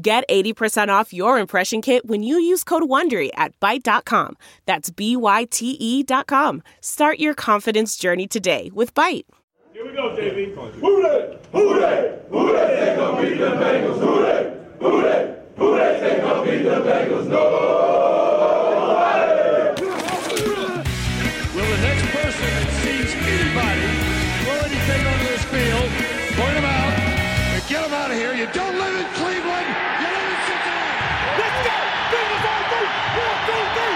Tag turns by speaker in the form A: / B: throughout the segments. A: Get 80% off your impression kit when you use code WONDERY at Byte.com. That's B-Y-T-E E dot com. Start your confidence journey today with Byte.
B: Here we go, JV. Who they? Who they? Who they think gonna beat the Bengals? Who they? Who they? Who they think gonna beat the Bengals? No.
C: Will the next person that sees anybody throw anything onto this field, point them out, and get them out of here? You don't live in Cleveland. You live in Cincinnati. Let's go. Bengals on three. One, two, three.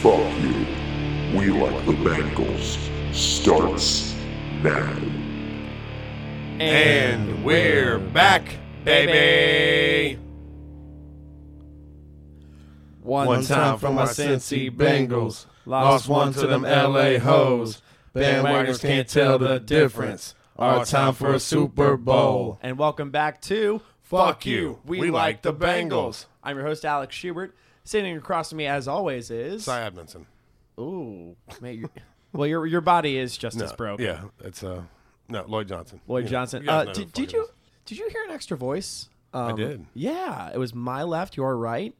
D: Fuck you. We like the Bengals. Starts now.
E: And we're back, baby.
F: One, time for my Cincy Bengals. Lost one to them LA hoes. Bandwagons can't tell the difference. Our time for a Super Bowl.
G: And welcome back to
F: Fuck you. We, like the Bengals.
G: I'm your host Alex Schubert. Sitting across from me, as always, is
F: Cy Edmondson.
G: ooh, mate, your- well, your your body is just as broke.
F: Yeah, it's uh no Lloyd Johnson.
G: Lloyd
F: Yeah.
G: Johnson.
F: You guys
G: uh,
F: know who
G: did,
F: the
G: did
F: fuck it
G: you
F: is.
G: did you hear an extra voice? Um,
F: did.
G: Yeah, it was my left, your right.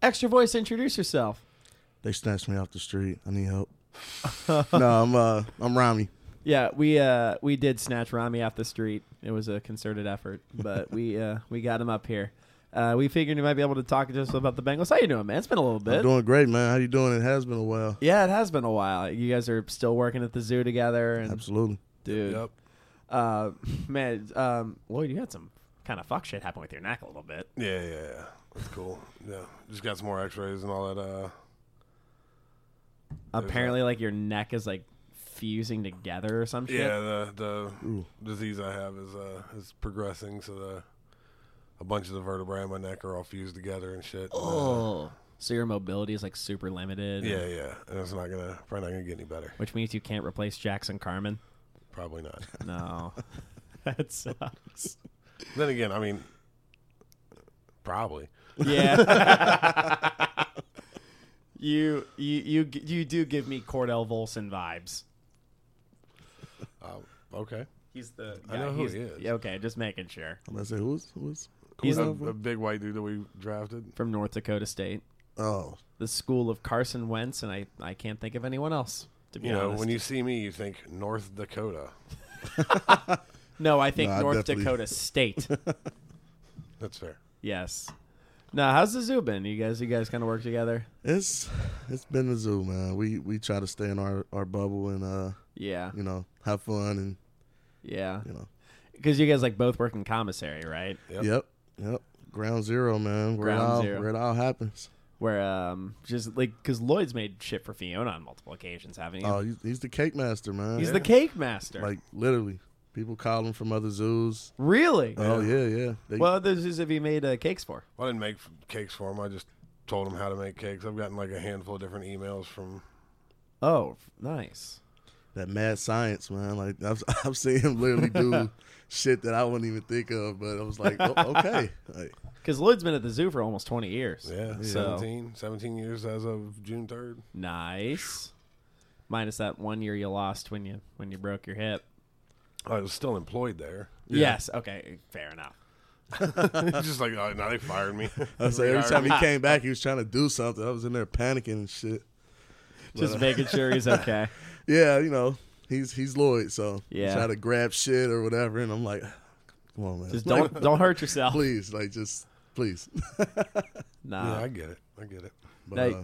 G: Extra voice, introduce yourself.
H: They snatched me off the street. I need help. no, I'm uh I'm Rami.
G: Yeah, we uh we did snatch Rami off the street. It was a concerted effort, but we uh we got him up here. Uh, we figured you might be able to talk to us about the Bengals. How you doing, man? It's been a little bit.
H: I'm doing great, man. How you doing? It has been a while.
G: Yeah, it has been a while. You guys are still working at the zoo together, and
H: Absolutely.
G: dude,
F: Yep.
G: uh, man, um, Lloyd, you had some kind of fuck shit happen with your neck a little bit.
F: Yeah, yeah, yeah. That's cool. Yeah, just got some more X-rays and all that. Uh,
G: Apparently, like your neck is like fusing together or some shit.
F: yeah, the the disease I have is uh is progressing, so the a bunch of the vertebrae in my neck are all fused together and shit. Oh.
G: Oh, so your mobility is like super limited.
F: yeah, yeah. And it's not gonna probably not gonna get any better.
G: which means you can't replace Jackson Carmen.
F: Probably not.
G: No, that sucks.
F: then again, I mean, probably.
G: Yeah. You, you you g- you do give me Cordell Volson vibes.
F: Okay.
G: He's the
F: I know who
G: he's-
F: he is.
G: yeah, Okay, just making sure.
H: I'm gonna say who's who's
G: He's
F: a, a big white dude that we drafted.
G: from North Dakota State,
H: Oh.
G: the school of Carson Wentz, and I, I can't think of anyone else. To be
F: You know,
G: honest,
F: when you see me, you think North Dakota.
G: no, I think
H: No, I
G: North
H: definitely-
G: Dakota State.
F: That's fair.
G: yes. Now, how's the zoo been? You guys, you guys kind of work together.
H: It's it's been the zoo, man. We we try to stay in our, our bubble and uh
G: Yeah,
H: you know, have fun and
G: yeah.
H: you know.
G: Because you guys like both work in commissary, right?
F: Yep.
H: Yep. Yep. Ground zero, man. Where
G: Ground
H: it all,
G: zero.
H: Where it all happens.
G: Where um, just like because Lloyd's made shit for Fiona on multiple occasions, haven't you?
H: Oh, he's, he's the cake master, man.
G: He's the cake master.
H: like literally. People call him from other zoos.
G: really?
H: Oh yeah, yeah. They,
G: Well, this is if he made uh, cakes for.
F: Well, I didn't make f- cakes for him. I just told him how to make cakes. I've gotten like a handful of different emails from.
G: Oh, nice.
H: that mad science, man. Like I've, I've seen him literally do shit that I wouldn't even think of, but I was like, oh, okay, like,
G: Because Lloyd's been at the zoo for almost twenty years.
F: Yeah,
G: So-
F: seventeen, seventeen 17, 17 years as of June 3rd.
G: Nice. Minus that one year you lost when you when you broke your hip.
F: I was still employed there.
G: Yes. Okay. Fair enough.
F: It's just like, oh, now they fired me.
H: I was like, every time he came back, he was trying to do something. I was in there panicking and shit. uh,
G: Just making sure he's okay.
H: Yeah, you know, he's he's Lloyd, so he
G: Yeah.
H: try to grab shit or whatever, and I'm like, come on, man,
G: Just don't don't hurt yourself.
H: please, like just please.
G: Nah.
F: yeah, I
G: Yeah,
F: get it. I get it.
H: But, uh,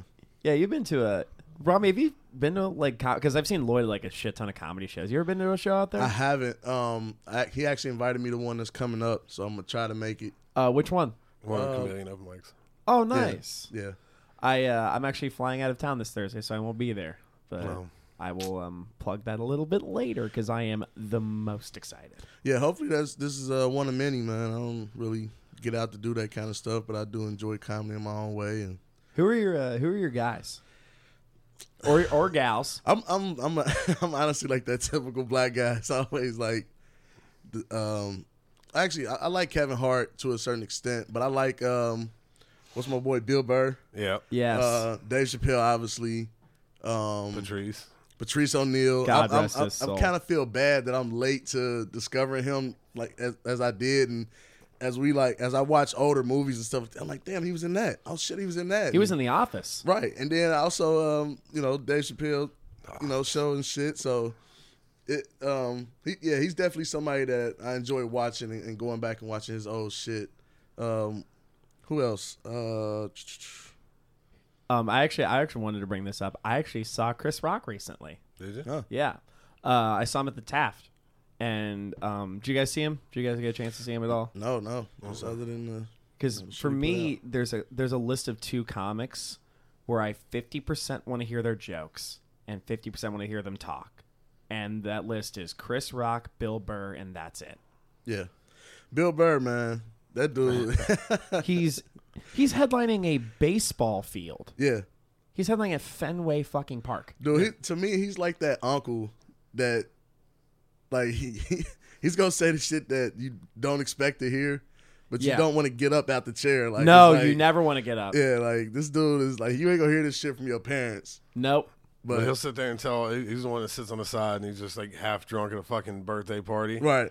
G: yeah. You've been to a Rami. Have you been to like because I've seen Lloyd at, like a shit ton of comedy shows. You ever been to a show out
H: I
G: there?
H: haven't. Um, I, he actually invited me to one that's coming up, so I'm gonna try to make it.
G: Uh, which one?
F: One of the chameleon open mics.
G: Oh,
H: Yeah.
G: nice.
H: Yeah.
G: I uh, I'm actually flying out of town this Thursday, so I won't be there. But
F: Well,
G: I will um, plug that a little bit later because I am the most excited.
H: Yeah, hopefully that's this is uh, one of many, man. I don't really get out to do that kind of stuff, but I do enjoy comedy in my own way, and
G: Who are your uh, Who are your guys? Or or gals?
H: I'm I'm I'm a, I'm honestly like that typical black guy. It's always like, the, um, actually I, I like Kevin Hart to a certain extent, but I like um, what's my boy Bill Burr,
F: Yep.
G: Yes.
H: uh, Dave Chappelle, obviously, um,
F: Patrice.
H: Patrice O'Neal.
G: God
H: I'm,
G: rest
H: I'm,
G: his
H: I'm,
G: soul.
H: kind of feel bad that I'm late to discovering him, like as, as I did, and as we like as I watch older movies and stuff. I'm like, damn, he was in that. Oh shit, he was in that.
G: he was in the office.
H: Right, and then also, um, you know, Dave Chappelle, you know, show and shit. So, it, um, he, yeah, he's definitely somebody that I enjoy watching and, and going back and watching his old shit. Um, who else? Uh,
G: Um, I actually I actually wanted to bring this up. I actually saw Chris Rock recently.
F: Did you?
G: Yeah, uh, I saw him at the Taft. And um, did you guys see him? Did you guys get a chance to see him at all?
H: no, no, it's other than
G: Because for me, there's a there's a list of two comics where I 50% want to hear their jokes and 50% want to hear them talk, and that list is Chris Rock, Bill Burr, and that's it.
H: the yeah, Bill Burr, man, that dude,
G: He's he's headlining a baseball field.
H: yeah,
G: He's headlining at Fenway fucking Park.
H: dude. He, to me, he's like that uncle that, like, he, he's gonna say the shit that you don't expect to hear. But you
G: Yeah.
H: don't want to get up out the chair, like
G: no,
H: it's
G: you
H: like-
G: never want to get up.
H: Yeah, like this dude is like you ain't gonna hear this shit from your parents.
G: Nope.
F: But he'll
H: But
F: sit there and tell. he- He's the one that sits on the side and he's just like half drunk at a fucking birthday party,
H: right,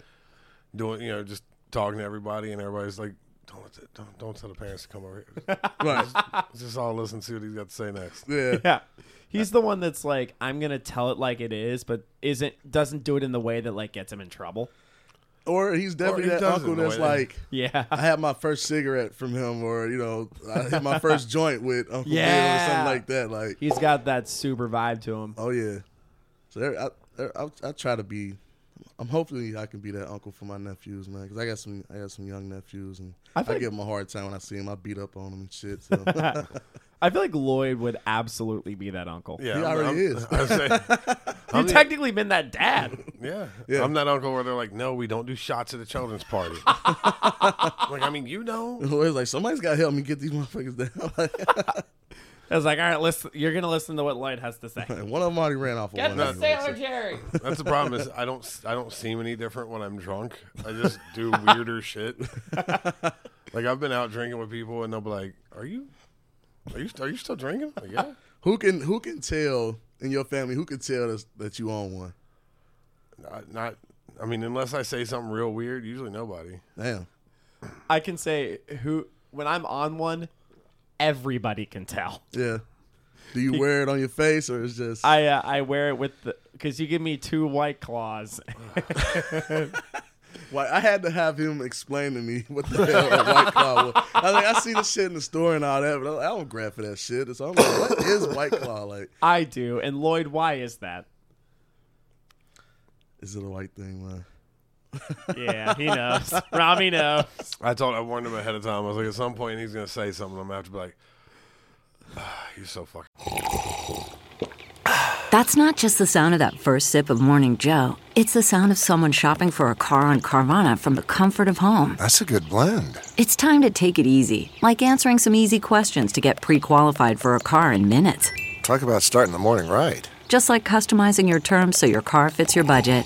F: doing you know just talking to everybody, and everybody's like, "Don't let the, don't don't tell the parents to come over here.
H: right,
F: just all listen to what he's got to say next."
H: yeah,
G: Yeah. He's the one that's like, I'm gonna tell it like it is, but isn't doesn't do it in the way that like gets him in trouble.
H: or he's definitely
F: he
H: that
F: doesn't
H: uncle
F: know
H: that's
F: it.
H: like.
G: Yeah.
H: I had my first cigarette from him, or you know, I hit my first joint with Uncle Bill or
G: Yeah.
H: something like that. Like,
G: He's got that super vibe to him.
H: oh yeah. So there, I, there, I, I try to be. I'm hopefully I can be that uncle for my nephews, man, because I got some, I got some young nephews, and I,
G: feel like-
H: give them a hard time when I see them. I beat up on them and shit. So
G: I feel like Lloyd would absolutely be that uncle.
F: Yeah,
H: He
F: I'm-
H: already
F: I'm-
H: is.
F: I was saying,
G: You technically been that dad.
F: yeah.
H: Yeah.
F: I'm that uncle where they're like, "No, we don't do shots at the children's party." like, I mean, you know,
H: it's like somebody's got to help me get these motherfuckers down. Like,
G: I was like, all right, listen you're gonna listen to what Lloyd has to say.
H: one of them already ran off. Get
F: the
G: Jerry.
F: That's the problem is I don't I don't seem any different when I'm drunk. I just do weirder shit. Like I've been out drinking with people and they'll be like, "Are you, are you, are you still drinking?" Like, yeah.
H: Who can who can tell in your family who can tell us that you own one?
F: Not, not. I mean, unless I say something real weird, usually nobody.
H: Damn.
G: I can say who when I'm on one, everybody can tell.
H: Yeah. Do you wear it on your face or it's just
G: I uh, I wear it with the because you give me two white claws.
H: Why- I had to have him explain to me what the hell a white claw was. I like I see the shit in the store and all that, but I I don't grab for that shit. So I'm like, what is white claw like?
G: I do, and Lloyd, why is that?
H: Is it a white thing, man?
G: Yeah, he knows. Rami knows.
F: I told I warned him ahead of time. I was like, at some point he's gonna say something. I'm gonna have to be like, ah, "You're so fucking."
I: That's not just the sound of that first sip of Morning Joe. It's the sound of someone shopping for a car on Carvana from the comfort of home.
J: That's a good blend.
I: It's time to take it easy, like answering some easy questions to get pre qualified for a car in minutes.
J: Talk about starting the morning right.
I: Just like customizing your terms so your car fits your budget.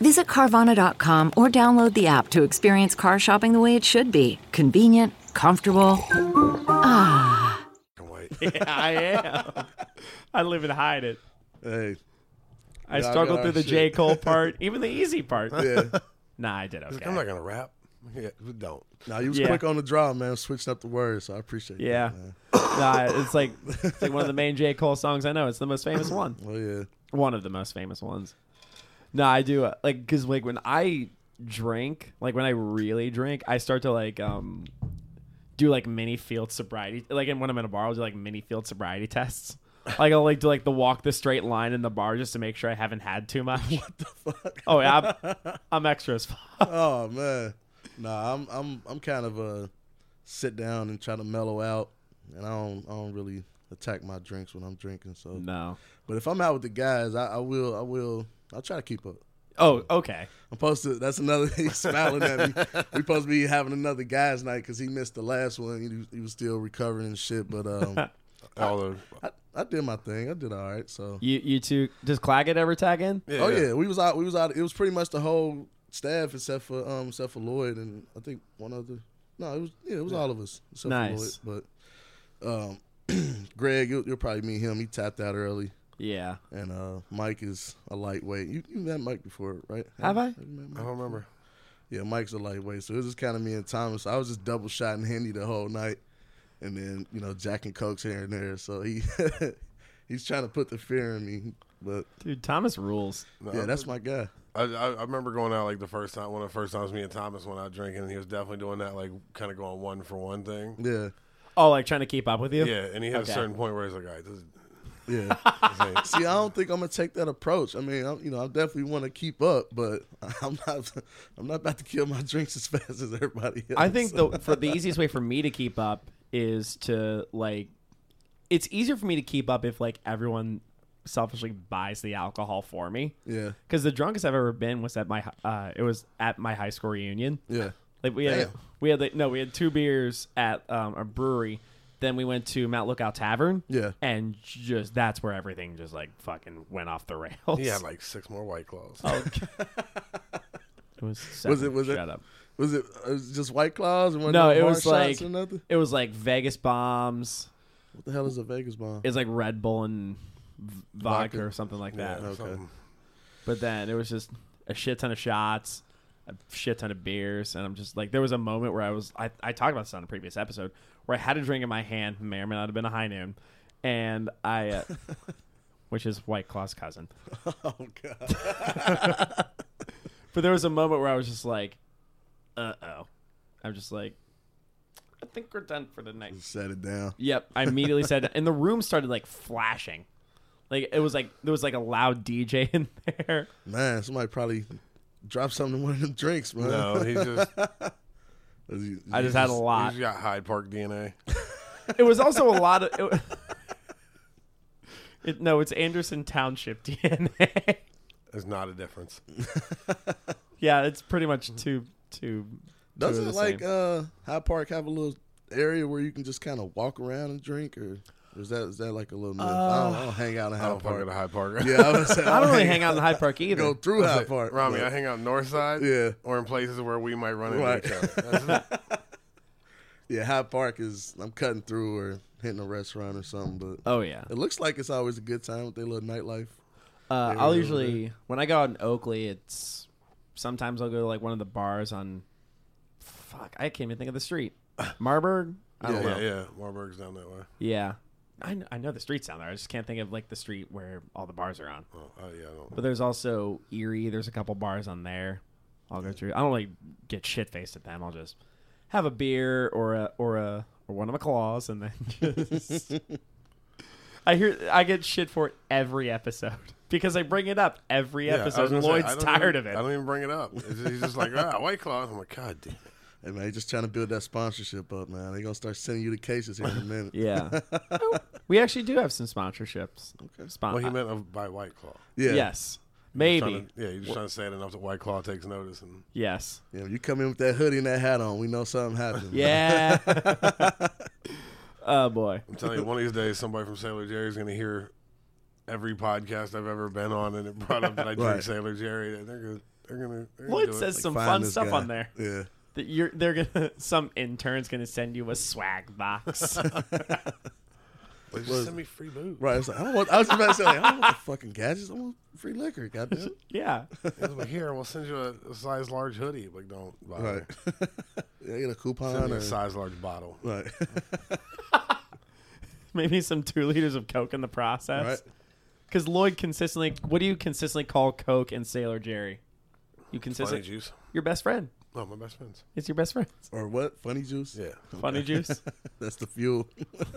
I: Visit Carvana.com or download the app to experience car shopping the way it should be convenient, comfortable.
F: Wait.
G: Yeah, I am. I live and hide it.
H: Hey,
G: I
H: got
G: struggled through
H: our
G: the
H: shit.
G: J Cole part, even the easy part.
H: yeah.
G: Nah, I did okay.
F: I'm not gonna rap. Yeah, don't.
H: Now you was
G: Yeah.
H: quick on the draw, man. Switching up the words, so I appreciate.
G: Yeah.
H: that, man.
G: Nah, it's like it's like one of the main J. Cole songs I know. It's the most famous one.
H: Oh yeah.
G: One of the most famous ones. No, I do uh, like because like when I drink, like when I really drink, I start to like um do like mini field sobriety. Like and when I'm in a bar, I'll do like mini field sobriety tests. Like I'll like do like the walk the straight line in the bar just to make sure I haven't had too much. What the fuck? Oh yeah, I'm, I'm extra as fuck.
H: Oh man. Nah, I'm I'm I'm kind of a sit down and try to mellow out, and I don't I don't really attack my drinks when I'm drinking. So,
G: No.
H: but if I'm out with the guys, I, I will I will I'll try to keep up.
G: Oh okay.
H: I'm supposed to. That's another. He's smiling at me. We supposed to be having another guys' night because he missed the last one. He, was- he was still recovering and shit. But um,
F: All those.
H: I, I did my thing. I did all right. So
G: You you two does Claggett ever tag in?
F: Yeah,
H: oh yeah. we was out. We was out. It was pretty much the whole staff except for um except for Lloyd and I think one other. No, it was yeah, it was all of us except
G: Nice.
H: for Lloyd. But um, Greg, you'll, you'll probably meet him. He tapped out early,
G: Yeah.
H: and uh, Mike is a lightweight. You you met Mike before, right?
G: Have I?
H: you met
F: I
H: Mike?
F: don't remember.
H: Yeah, Mike's a lightweight, so it was just kind of me and Thomas. I was just double shotting Henny the whole night, and then you know Jack and Cokes here and there. So he he's trying to put the fear in me, but
G: Dude, Thomas rules.
F: No,
H: yeah, that's my guy.
F: I, I, I remember going out like the first time, one of the first times me and Thomas went out drinking, and he was definitely doing that, like kind of going one for one thing.
H: Yeah,
G: Oh, like trying to keep up with you?
F: Yeah, and he had
G: Okay.
F: a certain point where he's like, all right, this is.
H: yeah.
F: This ain't,
H: See, I don't think I'm gonna take that approach. I mean, I'm, you know, I definitely want to keep up, but I'm not. I'm not about to kill my drinks as fast as everybody else.
G: I think the for the easiest way for me to keep up is to like it's easier for me to keep up if like everyone selfishly buys the alcohol for me.
H: Yeah.
G: Cuz the drunkest I've ever been was at my hi- uh it was at my high school reunion.
H: Yeah.
G: Like we had
H: Damn.
G: we had like, no, we had two beers at um, a brewery. Then we went to Mount Lookout Tavern.
H: Yeah.
G: And just that's where everything just like fucking went off the rails.
F: he had like six more white claws.
G: it was seven.
H: it- was it-
G: Shut up.
H: Was it, it was just White Claws? And
G: No, it was like
H: or nothing?
G: it was like Vegas bombs.
H: What the hell is a Vegas bomb?
G: It's like Red Bull and v- vodka,
H: Vodka.
G: or something like that.
F: Yeah,
H: okay.
F: something.
G: But then it was just a shit ton of shots, a shit ton of beers, and I'm just like, there was a moment where I was, I, I talked about this on a previous episode, where I had a drink in my hand, may or may not have been a high noon, and I, uh, which is White Claw's cousin.
H: Oh god.
G: But there was a moment where I was just like, uh oh, I'm just like, I think we're done for the night.
H: Set it down.
G: Yep. I immediately said, and the room started like flashing. Like it was like there was like a loud DJ in there.
H: Man, somebody probably dropped something in one of them drinks, man.
F: no, he just
H: You-
G: I just had a lot.
F: he's got Hyde Park DNA.
G: It was also a lot of. It, it, no, it's Anderson Township DNA.
F: It's not a difference.
G: yeah, it's pretty much two two. two of
H: Mm-hmm. Doesn't
G: the
H: like
G: same.
H: uh High Park have a little area where you can just kind of walk around and drink, or or is that is that like a little? myth? I, don't, I
G: Uh,
H: don't hang out in
F: I
H: High
F: don't fuck
H: Park.
F: at Hyde Park.
H: Yeah, I, was saying,
G: I don't really hang out in Hyde Park either.
H: go through High
F: Like,
H: Park.
F: Rami,
H: but-
F: I hang out north side.
H: Yeah.
F: Or in places where we might run into
H: Right.
F: each other. That's it.
H: Yeah, Hyde Park is I'm cutting through or hitting a restaurant or something, but
G: oh yeah.
H: it looks like it's always a good time with their little nightlife.
G: Uh,
H: They
G: I'll
H: were
G: usually when I go out in Oakley, it's sometimes I'll go to like one of the bars on. Fuck, I can't even think of the street. Marburg. I don't know.
F: yeah, yeah. Marburg's down that way.
G: Yeah. I know, I know the streets down there. I just can't think of like the street where all the bars are on.
F: Oh, oh, yeah, I don't.
G: But there's also Erie. There's a couple bars on there. I'll go through. I don't like get shit faced at them. I'll just have a beer or a or a or one of my claws, and then just. I hear I get shit for it every episode because I bring it up every
F: Yeah, I was
G: episode.
F: gonna
G: and
F: say,
G: Lloyd's
F: I don't even-
G: tired
F: I
G: of it.
F: don't even bring it up. It's just- he's just like, ah, White Claw. I'm like, God damn.
H: Hey man, just trying to build that sponsorship up, man. They're gonna start sending you the cases here in a minute.
G: Yeah, we actually do have some sponsorships. Okay.
F: Well, he meant of, by White Claw.
H: yeah.
G: Yes,
F: He's
G: Uh, maybe.
F: trying to- yeah, you're just trying to say it enough that White Claw takes notice. And
G: Yes.
H: Yeah, you come in with that hoodie and that hat on, we know something happened.
G: Yeah. oh boy.
F: I'm telling you, one of these days, somebody from Sailor Jerry's going to hear every podcast I've ever been on, and it brought up that I drink
H: Right.
F: Sailor Jerry. And they're going to. They're gonna, they're gonna do
G: Lloyd
F: it.
G: says some
H: Find
G: fun
H: this
G: stuff
H: guy.
G: on there.
H: Yeah.
G: That you're they're gonna some intern's gonna send you a swag box.
F: Like, just send me free booze.
H: Right. It's like, I, don't want, I was just about to say, like, I don't want the fucking gadgets. I want free liquor. Goddamn.
G: Yeah.
F: It's like, Here, we'll send you a, a size large hoodie. I'm Like, don't bother.
H: Right. yeah, get a
F: Send
H: coupon
F: me
H: or
F: a size large bottle.
H: right.
G: Maybe some two liters of Coke in the
H: right.
G: process. Because Lloyd consistently, what do you consistently call Coke and Sailor Jerry? You
F: Funny
G: consistently,
F: juice.
G: your best friend.
F: Oh, my best friends.
G: It's your best friend.
H: Or what? Funny juice.
F: Yeah.
G: Funny juice.
H: That's the fuel.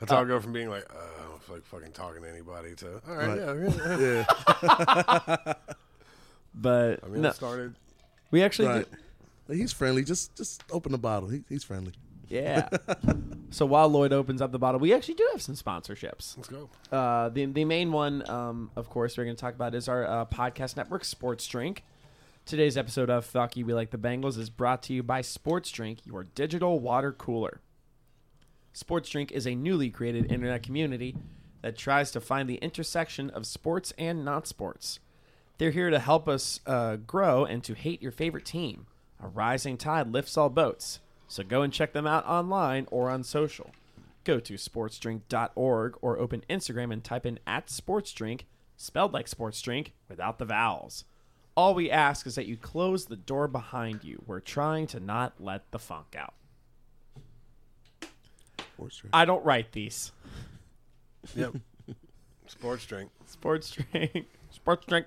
F: That's how I go from being like, uh, I don't feel like fucking talking to anybody to, all right,
H: Right.
F: yeah, yeah. yeah."
H: yeah.
G: But
F: I mean,
G: no,
F: it started.
G: we actually,
H: Right.
G: did-
H: Like, he's friendly. Just just open the bottle. He, he's friendly.
G: yeah. so while Lloyd opens up the bottle, we actually do have some sponsorships.
F: Let's go.
G: Uh, the the main one, um, of course, we're going to talk about is our uh, podcast network, Sports Drink. Today's episode of Fuck You, We Like the Bengals is brought to you by Sports Drink, your digital water cooler. Sports Drink is a newly created internet community that tries to find the intersection of sports and not sports. They're here to help us uh, grow and to hate your favorite team. A rising tide lifts all boats. So go and check them out online or on social. Go to sportsdrink.org or open Instagram and type in at sportsdrink, spelled like sports drink, without the vowels. All we ask is that you close the door behind you. We're trying to not let the funk out.
H: Sports drink.
G: I don't write these.
F: Yep. Sports drink.
G: Sports drink. Sports drink.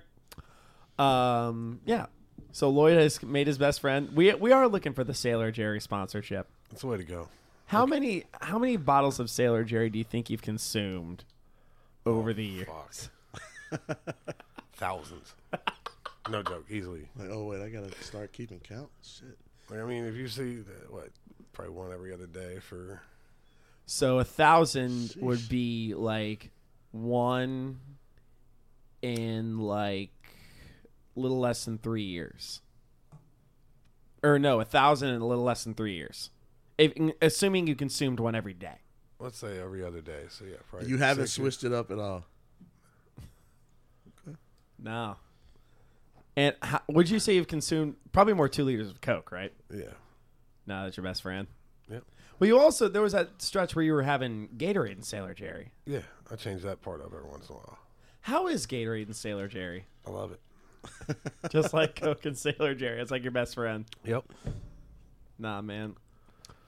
G: Um, yeah. So Lloyd has made his best friend. We we are looking for the Sailor Jerry sponsorship.
F: That's the way to go.
G: How many how many bottles of Sailor Jerry do you think you've consumed over the years?
F: Fuck. Thousands. No joke. Easily.
H: Like, oh wait, I gotta start keeping count. Shit.
F: Like, I mean, if you see that, what, probably one every other day for
G: So a thousand would be like one in like a little less than three years. Or no, a thousand in a little less than three years. If, assuming you consumed one every day.
F: let's say every other day. So yeah, probably
H: You haven't
F: six or-
H: switched it up at all.
G: No. And how, would you say you've consumed probably more two liters of Coke, right?
F: Yeah.
G: Now that's your best friend.
F: Yep.
G: Well, you also there was that stretch where you were having Gatorade and Sailor Jerry.
F: Yeah. I change that part up every once in a while.
G: How is Gatorade and Sailor Jerry?
F: I love it.
G: Just like Coke and Sailor Jerry, it's like your best friend.
F: Yep.
G: Nah, man.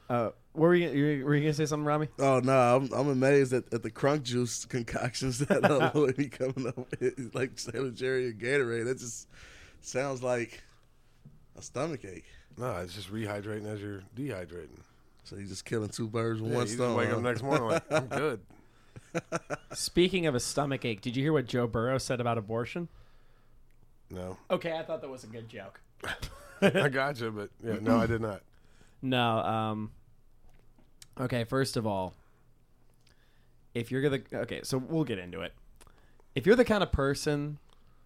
G: Uh, were you, you were you gonna say something, Rami?
H: Oh no, I'm, I'm amazed at, at the crunk juice concoctions that uh, Lloyd be coming up with, It's like Sailor Jerry and Gatorade. That just sounds like a stomach ache.
F: No, it's just rehydrating as you're dehydrating.
H: So you're just killing two birds with
F: Yeah,
H: one
F: you just
H: stone.
F: wake
H: huh?
F: up next morning like I'm good.
G: Speaking of a stomach ache, did you hear what Joe Burrow said about abortion?
F: No,
G: Okay, I thought that was a good joke.
F: I gotcha, but yeah, no, I did not.
G: No. Um, okay, first of all, if you're the okay, so we'll get into it. If you're the kind of person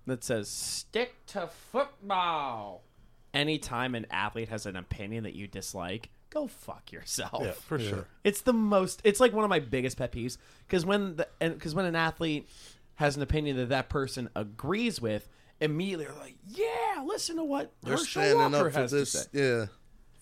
G: that says stick to football anytime an athlete has an opinion that you dislike, go fuck yourself.
F: Yeah, for sure.
G: It's the most. It's like one of my biggest pet peeves because when the because when an athlete has an opinion that that person agrees with, immediately they're like, "Yeah, listen to what
H: They're
G: Herschel
H: standing
G: Walker
H: up for
G: has to
H: this.
G: say."
H: Yeah,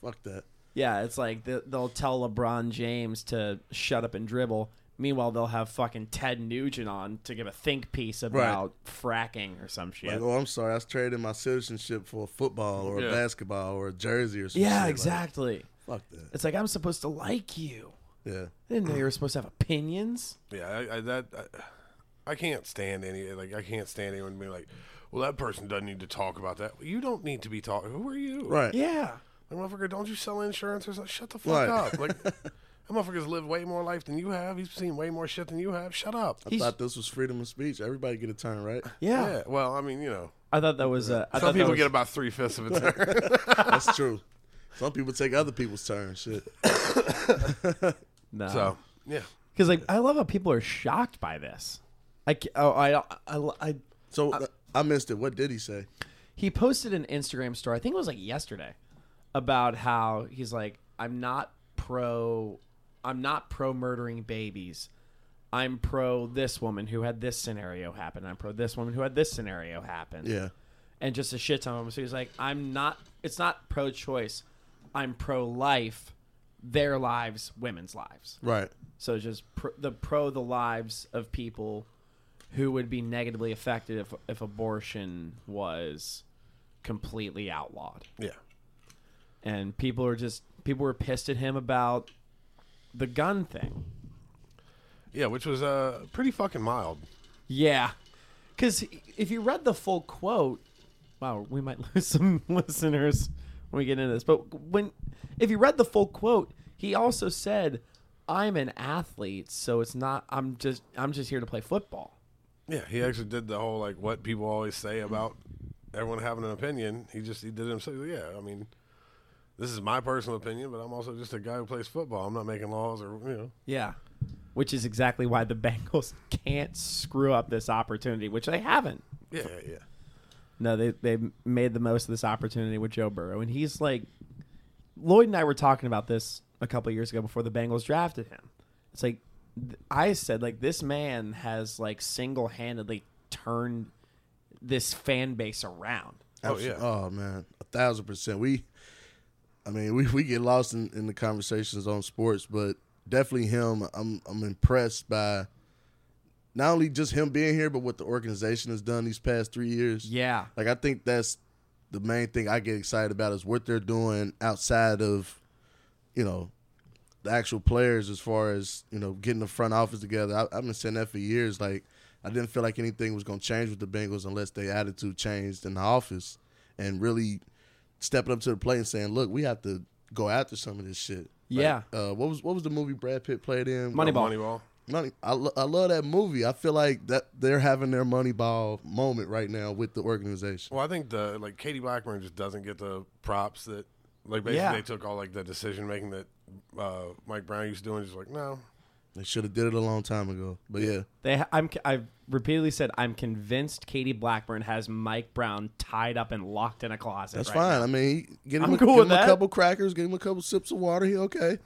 H: fuck that.
G: Yeah, it's like the- they'll tell LeBron James to shut up and dribble. Meanwhile, they'll have fucking Ted Nugent on to give a think piece about fracking or some shit.
H: Like, oh, I'm sorry, I was trading my citizenship for a football or
F: Yeah.
H: a basketball or a jersey or something.
G: yeah, exactly.
H: Fuck that.
G: It's like I'm supposed to like you.
H: Yeah.
G: I didn't know you were supposed to have opinions.
F: Yeah, I, I that I, I can't stand any like I can't stand anyone being like, well, that person doesn't need to talk about that. Well, you don't need to be talking. Who are you?
H: Right.
G: Yeah.
F: Like, motherfucker, don't you sell insurance or something? Shut the fuck
H: Right.
F: up. Like, that motherfucker's lived way more life than you have. He's seen way more shit than you have. Shut up.
H: I thought this was freedom of speech. Everybody get a turn, right?
G: Yeah.
F: Yeah. Well, I mean, you know,
G: I thought that was. Uh, I
F: some
G: thought
F: people
G: that was,
F: get about three fifths of a turn.
H: That's true. Some people take other people's turn. Shit.
G: no.
F: so yeah,
G: Because like I love how people are shocked by this. I ca- oh I I, I
H: So uh, I missed it. What did he say?
G: he posted an Instagram story. I think it was like yesterday about how he's like, I'm not pro, I'm not pro murdering babies. I'm pro this woman who had this scenario happen. I'm pro this woman who had this scenario happen.
H: Yeah.
G: And just a shit ton of them. So he's like, I'm not. It's not pro choice. I'm pro life. their lives, women's lives.
H: Right.
G: So it's just pr- the pro the lives of people who would be negatively affected if if abortion was completely outlawed.
F: Yeah.
G: And people are just people were pissed at him about the gun thing.
F: Yeah, which was uh, pretty fucking mild.
G: Yeah. Cuz if you read the full quote, wow, we might lose some listeners when we get into this. But when if you read the full quote, he also said, "I'm an athlete, so it's not I'm just I'm just here to play football."
F: Yeah, he actually did the whole like what people always say about everyone having an opinion. He just he did it himself. Yeah, I mean, this is my personal opinion, but I'm also just a guy who plays football. I'm not making laws or you know.
G: Yeah. Which is exactly why the Bengals can't screw up this opportunity, which they haven't.
F: Yeah, yeah, yeah.
G: No, they they made the most of this opportunity with Joe Burrow, and he's like, Lloyd and I were talking about this a couple years ago before the Bengals drafted him. It's like th- I said, like this man has like single handedly turned this fan base around.
F: Oh, yeah.
H: Oh man, a thousand percent. We, I mean, we, we get lost in, in the conversations on sports, but definitely him. I'm I'm impressed by not only just him being here, but what the organization has done these past three years.
G: Yeah,
H: Like I think that's the main thing I get excited about is what they're doing outside of, you know, the actual players as far as you know getting the front office together. I, I've been saying that for years. Like I didn't feel like anything was going to change with the Bengals unless their attitude changed in the office and really stepping up to the plate and saying, "Look, we have to go after some of this shit."
G: Yeah.
H: Like, uh, what was what was the movie Brad Pitt played in?
G: Moneyball.
F: Moneyball.
H: Money. I, lo- I love that movie. I feel like that they're having their Moneyball moment right now with the organization.
F: Well, I think the like Katie Blackburn just doesn't get the props that like basically
G: Yeah.
F: they took all like the decision making that uh, Mike Brown used to do and just like no,
H: They should have did it a long time ago. But yeah,
G: They, ha- I'm, I've repeatedly said I'm convinced Katie Blackburn has Mike Brown tied up and locked in a closet.
H: that's
G: right
H: fine.
G: now.
H: I mean, get him,
G: I'm
H: a,
G: cool
H: give
G: with
H: him a
G: that.
H: couple crackers, get him a couple sips of water. He okay.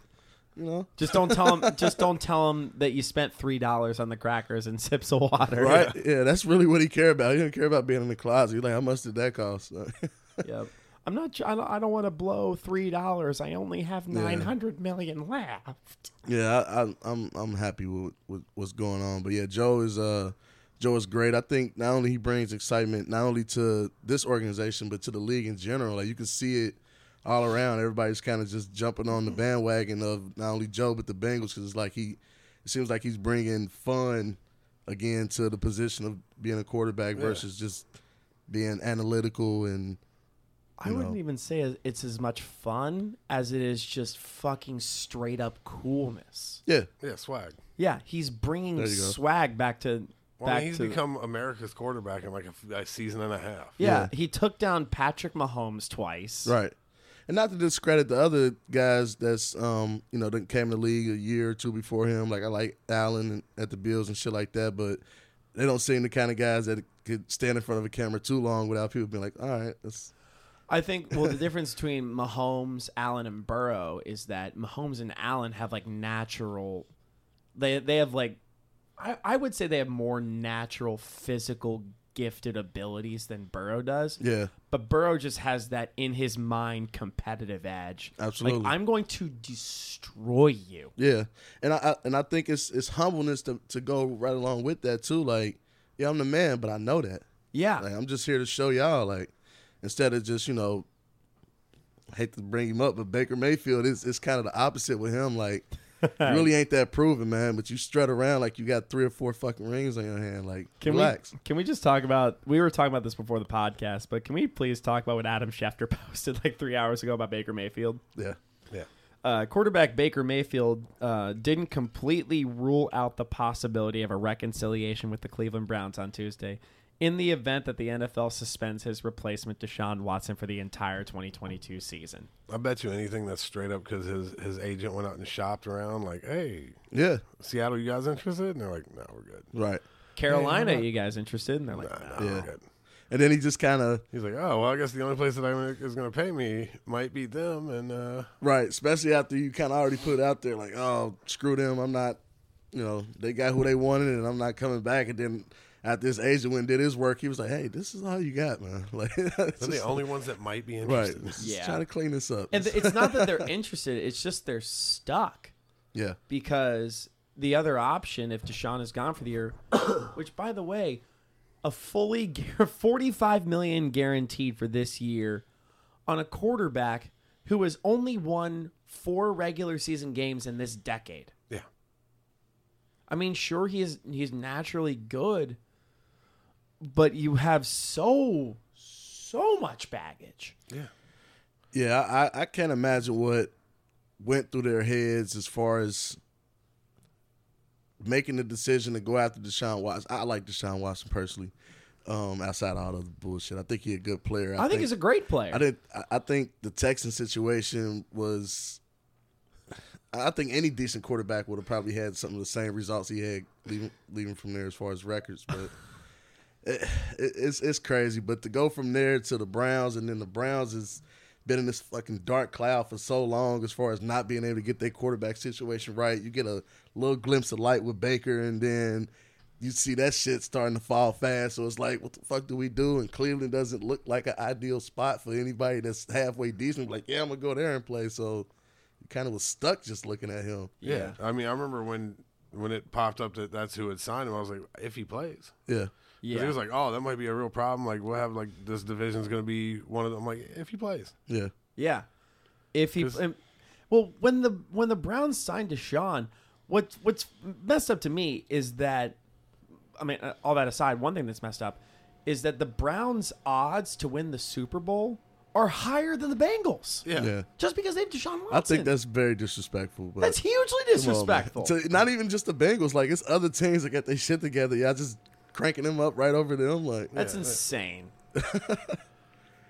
H: You know,
G: Just don't tell him. just don't tell him that you spent three dollars on the crackers and sips of water.
H: right? Yeah. that's really what he care about. He don't care about being in the closet. He's like, how much did that cost?
G: Yep. I'm not. I don't, I don't want to blow three dollars. I only have nine hundred million left.
H: Yeah, I, I, I'm I'm happy with, with what's going on, but yeah, Joe is uh Joe is great. I think not only he brings excitement not only to this organization but to the league in general. Like you can see it all around. Everybody's kind of just jumping on the bandwagon of not only Joe but the Bengals because it's like he it seems like he's bringing fun again to the position of being a quarterback versus just being analytical and
G: I wouldn't even say it's as much fun as it is just fucking straight up coolness.
H: yeah
F: yeah swag.
G: Yeah, he's bringing
H: There you go.
G: swag back to
F: Well, I
G: back
F: mean, he's
G: to
F: become America's quarterback in like a, f- a season and a half.
G: yeah, He took down Patrick Mahomes twice.
H: Right. And not to discredit the other guys that's um, you know, that came in the league a year or two before him. Like I like Allen and, at the Bills and shit like that, but they don't seem the kind of guys that could stand in front of a camera too long without people being like, All right, that's
G: I think well the difference between Mahomes, Allen, and Burrow is that Mahomes and Allen have like natural they they have like I, I would say they have more natural physical gifted abilities than Burrow does.
H: Yeah.
G: But Burrow just has that in his mind competitive edge.
H: Absolutely.
G: Like I'm going to destroy you.
H: Yeah, and I, I and I think it's it's humbleness to to go right along with that too. Like, yeah, I'm the man, but I know that.
G: Yeah.
H: like I'm just here to show y'all. Like, instead of just you know, I hate to bring him up, but Baker Mayfield is it's kind of the opposite with him. Like, you really ain't that proven, man. But you strut around like you got three or four fucking rings on your hand. Like,
G: Can
H: relax.
G: we can we just talk about we were talking about this before the podcast, but can we please talk about what Adam Schefter posted like three hours ago about Baker Mayfield?
H: Yeah,
G: uh, quarterback Baker Mayfield uh, didn't completely rule out the possibility of a reconciliation with the Cleveland Browns on Tuesday in the event that the NFL suspends his replacement, Deshaun Watson, for the entire 2022 season.
F: I bet you anything that's straight up because his his agent went out and shopped around like, hey,
H: yeah,
F: Seattle, you guys interested? And they're like, no, we're good.
H: right.
G: Carolina, you guys interested? And they're like, "Nah."
F: No, we're
H: Yeah.
F: good.
H: And then he just kind of
F: He's like, oh well, I guess the only place that I'm is going to pay me might be them, and uh,
H: Right, especially after you kind of already put it out there, like, oh, screw them, I'm not, you know, they got who they wanted, and I'm not coming back. And then at this age that when did his work, he was like, "Hey, this is all you got, man." Like, it's
F: They're the
H: just-
F: only ones that might be
H: right?
F: interested.
G: Yeah.
H: Yeah, trying to clean this up.
G: And th- it's not that they're interested; it's just they're stuck
H: yeah,
G: because the other option, if Deshaun is gone for the year, which by the way, a fully gu- forty-five million guaranteed for this year on a quarterback who has only won four regular season games in this decade.
F: Yeah.
G: I mean, sure he is he's naturally good, but you have so so much baggage.
H: yeah. I, I can't imagine what went through their heads as far as making the decision to go after Deshaun Watson. I like Deshaun Watson personally. Um, outside of all the bullshit, I think he's a good player.
G: I, think, he's a great player.
H: I didn't. I- I think the Texan situation was. I think any decent quarterback would have probably had some of the same results he had leaving, leaving from there as far as records, but it, it's it's crazy. But to go from there to the Browns, and then the Browns has been in this fucking dark cloud for so long as far as not being able to get their quarterback situation right. You get a little glimpse of light with Baker, and then you see that shit starting to fall fast. So it's like, what the fuck do we do? And Cleveland doesn't look like an ideal spot for anybody that's halfway decent. Like, yeah, I'm gonna go there and play. So you kind of was stuck just looking at him.
F: Yeah. I mean, I remember when when it popped up that that's who had signed him. I was like, if he plays,
H: Yeah.
F: 'Cause he was like, oh, that might be a real problem. Like we'll have like this division's going to be one of them. I'm like, if he plays,
H: Yeah.
G: Yeah. If he
F: 'Cause-
G: um, well, when the when the Browns signed Deshaun, what what's messed up to me is that I mean, uh, all that aside, one thing that's messed up is that the Browns' odds to win the Super Bowl are higher than the Bengals.
F: yeah,
H: Yeah.
G: Just because they have Deshaun Watson.
H: I think that's very disrespectful. But
G: that's hugely
H: Come on, man.
G: disrespectful.
H: To- not even just the Bengals, like it's other teams that got their shit together. Y'all just cranking them up right over them. Like
G: that's insane.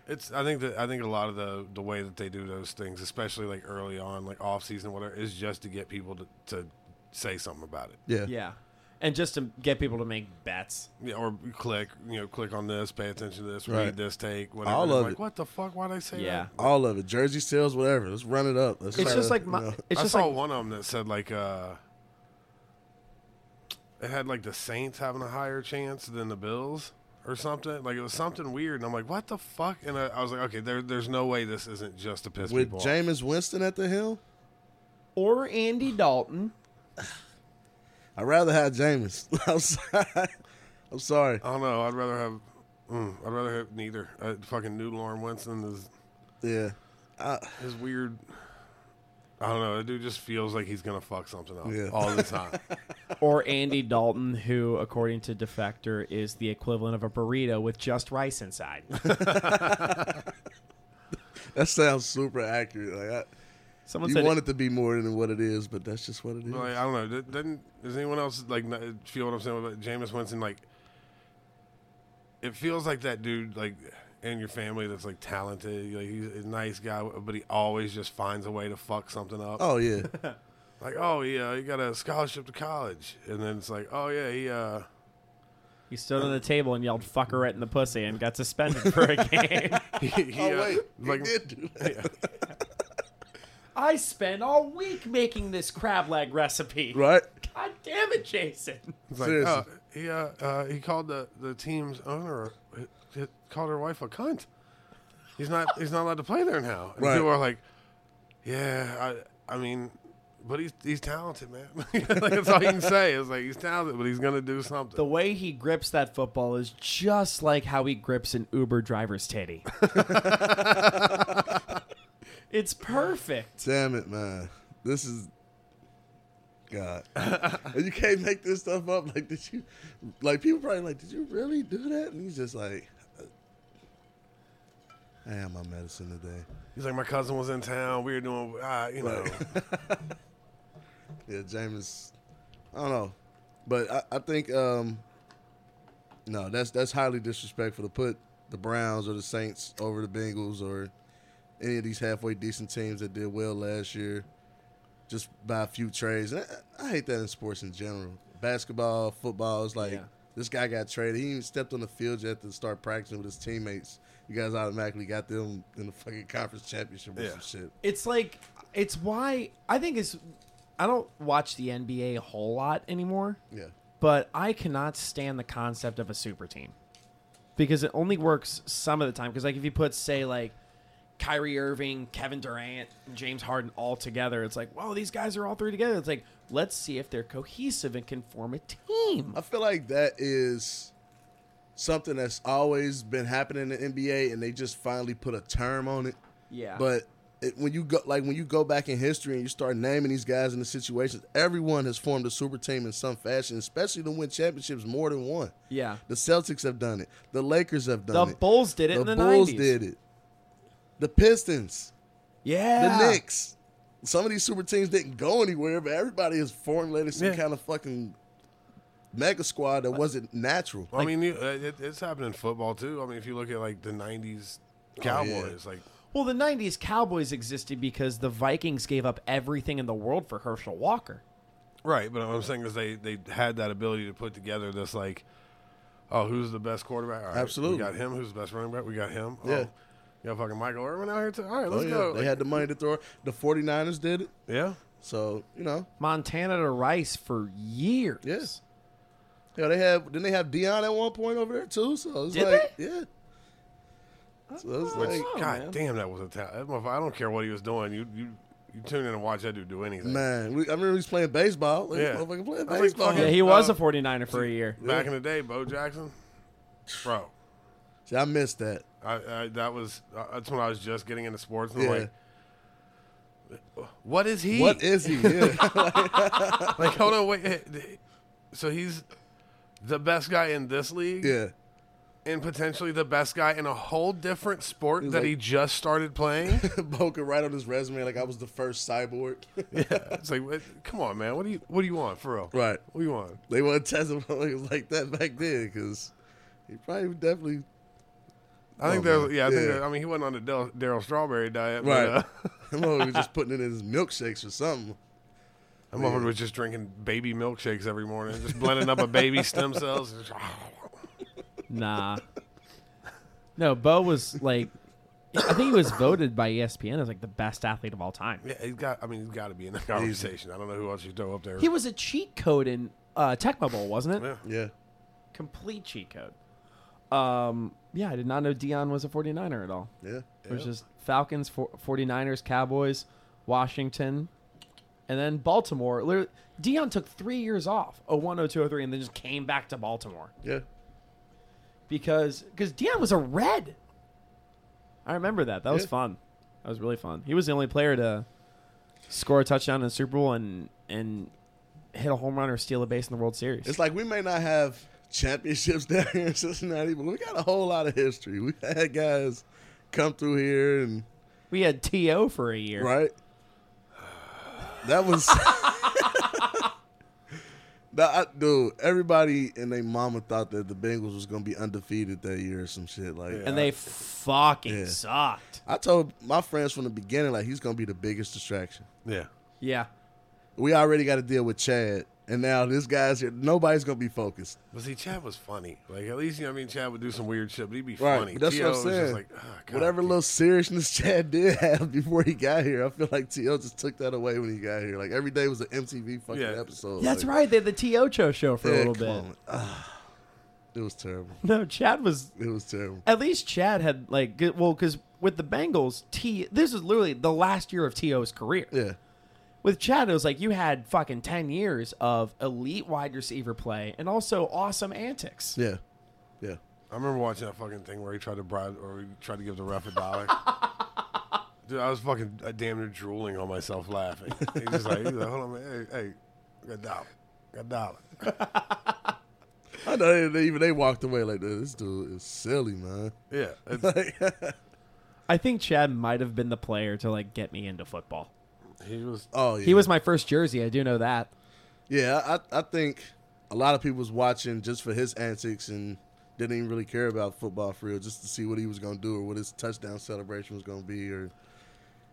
F: It's I think that I think a lot of the the way that they do those things, especially like early on, like off season, whatever, is just to get people to, to say something about it.
H: yeah,
G: Yeah. And just to get people to make bets.
F: Yeah, or click, you know, click on this, pay attention to this,
H: Right.
F: read this, take whatever.
H: All
F: I'm
H: of
F: like,
H: it.
F: What the fuck? Why'd I say
G: Yeah.
F: that?
H: all of it, jersey sales, whatever. Let's run it up. Let's
G: It's
H: try
G: just
H: to,
G: like
H: you
G: my.
H: know.
G: It's
F: I
G: just
F: saw
G: like
F: one of them that said like uh, it had like the Saints having a higher chance than the Bills or something. Like it was something weird, and I'm like, what the fuck? And I, I was like, okay, there, there's no way this isn't just to piss
H: with
F: people off.
H: Jameis Winston at the hill.
G: or Andy Dalton.
H: I'd rather have Jameis. I'm sorry. I'm sorry.
F: I don't know. I'd rather have. Mm, I'd rather have neither. Uh, fucking noodle arm Winston is
H: Yeah,
F: his weird. I don't know. That dude just feels like he's gonna fuck something up
H: Yeah.
F: all the time.
G: or Andy Dalton, who, according to Defector, is the equivalent of a burrito with just rice inside.
H: that sounds super accurate. Like I,
G: Someone
H: you
G: said,
H: want it to be more than what it is, but that's just what it is.
F: Like, I don't know. Th- Doesn't does anyone else like n- feel what I'm saying about Jameis Winston? Like, it feels like that dude like in your family that's like talented. Like he's a nice guy, but he always just finds a way to fuck something up.
H: Oh yeah,
F: Like, oh yeah, he got a scholarship to college, and then it's like, oh yeah, he uh,
G: he stood on the table and yelled "fucker right in the pussy" and got suspended for a game.
F: he, he,
H: oh
F: uh,
H: wait,
F: like,
H: he did do that.
G: I spent all week making this crab leg recipe.
H: right?
G: God damn it, Jason!
F: it's like,
H: Seriously.
F: uh, he uh, uh, he called the the team's owner, he- he called her wife a cunt. He's not he's not allowed to play there now. And
H: Right.
F: people are like, yeah, I I mean, but he's he's talented, man. like that's all you can say is like he's talented, but he's gonna do something.
G: The way he grips that football is just like how he grips an Uber driver's titty. it's perfect.
H: Damn it, man. This is God. and you can't make this stuff up. Like, did you? Like, people probably like, did you really do that? And he's just like, "Uh, I had my medicine today.
F: He's like my cousin was in town. We were doing, uh, you know,
H: Yeah, James. I don't know, but I, I think um, no, that's that's highly disrespectful to put the Browns or the Saints over the Bengals or any of these halfway decent teams that did well last year, just by a few trades. And I, I hate that in sports in general. Basketball, football is like
G: Yeah.
H: this guy got traded. He even stepped on the field yet to start practicing with his teammates. You guys automatically got them in the fucking conference championship or
F: Yeah.
H: some shit.
G: it's like it's why I think it's I don't watch the NBA a whole lot anymore,
H: Yeah,
G: But I cannot stand the concept of a super team because it only works some of the time. Because like if you put say like Kyrie Irving, Kevin Durant, and James Harden all together, it's like whoa, these guys are all three together. It's like let's see if they're cohesive and can form a team.
H: I feel like that is something that's always been happening in the NBA, and they just finally put a term on it.
G: Yeah.
H: But it, when you go like when you go back in history and you start naming these guys and the situations, everyone has formed a super team in some fashion, especially to win championships more than one.
G: Yeah.
H: The Celtics have done it. The Lakers have
G: The
H: done it.
G: Bulls did it
H: the
G: in the
H: Bulls
G: 90s.
H: did it. The Pistons.
G: Yeah.
H: The Knicks. Some of these super teams didn't go anywhere, but everybody has formulated some
F: Yeah.
H: kind of fucking mega squad that wasn't natural.
F: Well, I mean, you, uh, it, it's happened in football too. I mean, if you look at like the '90s
H: Oh,
F: Cowboys, like
G: Well, the 90s Cowboys existed because the Vikings gave up everything in the world for Herschel Walker.
F: right. But what I'm saying is they they had that ability to put together this like, oh, who's the best quarterback? All right,
H: Absolutely.
F: we got him. Who's the best running back? We got him.
H: Yeah.
F: Oh, you got fucking Michael Irvin out here too. All right,
H: Oh,
F: let's
H: yeah.
F: go.
H: They
F: Like,
H: had the money to throw. The 49ers did it.
F: yeah.
H: So, you know,
G: Montana to Rice for years.
H: Yes. Yeah, they have. Didn't they have Dion at one point over there too? So it's
G: Did
H: like, yeah. So it's
F: Which,
H: like,
F: God
G: man.
F: damn, that was a talent. I don't care what he was doing. You you you tune in and watch that dude do anything.
H: man, we, I remember he was playing baseball. Like,
F: Yeah.
H: motherfucking playing
F: I think
H: baseball.
F: fucking-
G: Yeah, he was
F: Uh,
G: a 49er for a year.
F: Back in the day, Bo Jackson, bro,
H: See, I missed that.
F: I, I that was uh, that's when I was just getting into sports. And
H: Yeah.
F: I'm like, what is he?
H: What is he? Yeah.
F: like, hold on, wait. eh, eh, So he's the best guy in this league,
H: yeah.
F: and potentially the best guy in a whole different sport that
H: like-
F: he just started playing.
H: Bo could write on his resume like I was the first cyborg.
F: it's like, what- come on, man. What do you what do you want for real?
H: Right.
F: What do you want?
H: they want to test him on niggas like that back then because he probably would definitely.
F: I think
H: Oh,
F: there.
H: man.
F: Yeah, I think
H: Yeah.
F: there, I mean he wasn't on the Del- Daryl Strawberry diet,
H: Right.
F: But, uh,
H: That motherfucker was just putting it in his milkshakes or something.
F: That motherfucker was just drinking baby milkshakes every morning, just blending up a baby stem cells. and just-
G: Nah. No, Bo was like, I think he was voted by E ESPN as like the best athlete of all time.
F: yeah, he's got. I mean, he's got to be in the conversation. I don't know who else you throw up there.
G: He was a cheat code in uh, Tecmo Bowl, wasn't it?
F: Yeah.
H: Yeah.
G: Complete cheat code. Um, yeah, I did not know Dion was a 49er at all.
H: Yeah.
G: It was just Falcons, for- 49ers, Cowboys, Washington, and then Baltimore. Literally, Dion took three years off, 01, 02, 03, and then just came back to Baltimore
H: Yeah.
G: because because Dion was a red. I remember that. That was
H: Yeah.
G: fun. That was really fun. He was the only player to score a touchdown in the Super Bowl and and hit a home run or steal a base in the World Series.
H: It's like we may not have championships down here in Cincinnati, but we got a whole lot of history. We had guys come through here and
G: we had To for a year.
H: right. That was. Nah, I, dude, everybody and their mama thought that the Bengals was gonna be undefeated that year or some shit like.
G: And they fucking
H: Yeah.
G: sucked.
H: I told my friends from the beginning like he's gonna be the biggest distraction.
F: Yeah.
G: Yeah.
H: We already got to deal with Chad, and now this guy's here. Nobody's gonna be focused.
F: But see, Chad was funny. Like at least you know, I mean, Chad would do some weird shit, but he'd be
H: Right.
F: funny.
H: but That's
F: T.O.
H: what
F: was
H: I'm
F: just
H: saying.
F: like, ah, God,
H: Whatever
F: dude.
H: little seriousness Chad did have before he got here, I feel like T.O. just took that away when he got here. Like every day was an MTV fucking
F: Yeah.
H: episode.
G: That's
H: Like,
G: right. They had the To show for
H: yeah,
G: a little
H: come
G: bit.
H: on. Ah. it was terrible.
G: No, Chad was
H: It was terrible.
G: at least Chad had like good, well because with the Bengals, T this is literally the last year of To's career.
H: Yeah.
G: With Chad, it was like you had fucking ten years of elite wide receiver play and also awesome antics.
H: Yeah. Yeah.
F: I remember watching that fucking thing where he tried to bribe or he tried to give the ref a dollar. Dude, I was fucking uh, damn near drooling on myself laughing. He's just like, he's like, hold on, man, hey, hey, I got a dollar, I got a dollar.
H: I know they, they even they walked away like this. This dude is silly, man.
F: Yeah, it's-
G: I think Chad might have been the player to like get me into football.
F: he was
H: Oh yeah.
G: He was my first jersey. I do know that.
H: Yeah, I I think a lot of people was watching just for his antics and didn't even really care about football for real, just to see what he was gonna do or what his touchdown celebration was gonna be or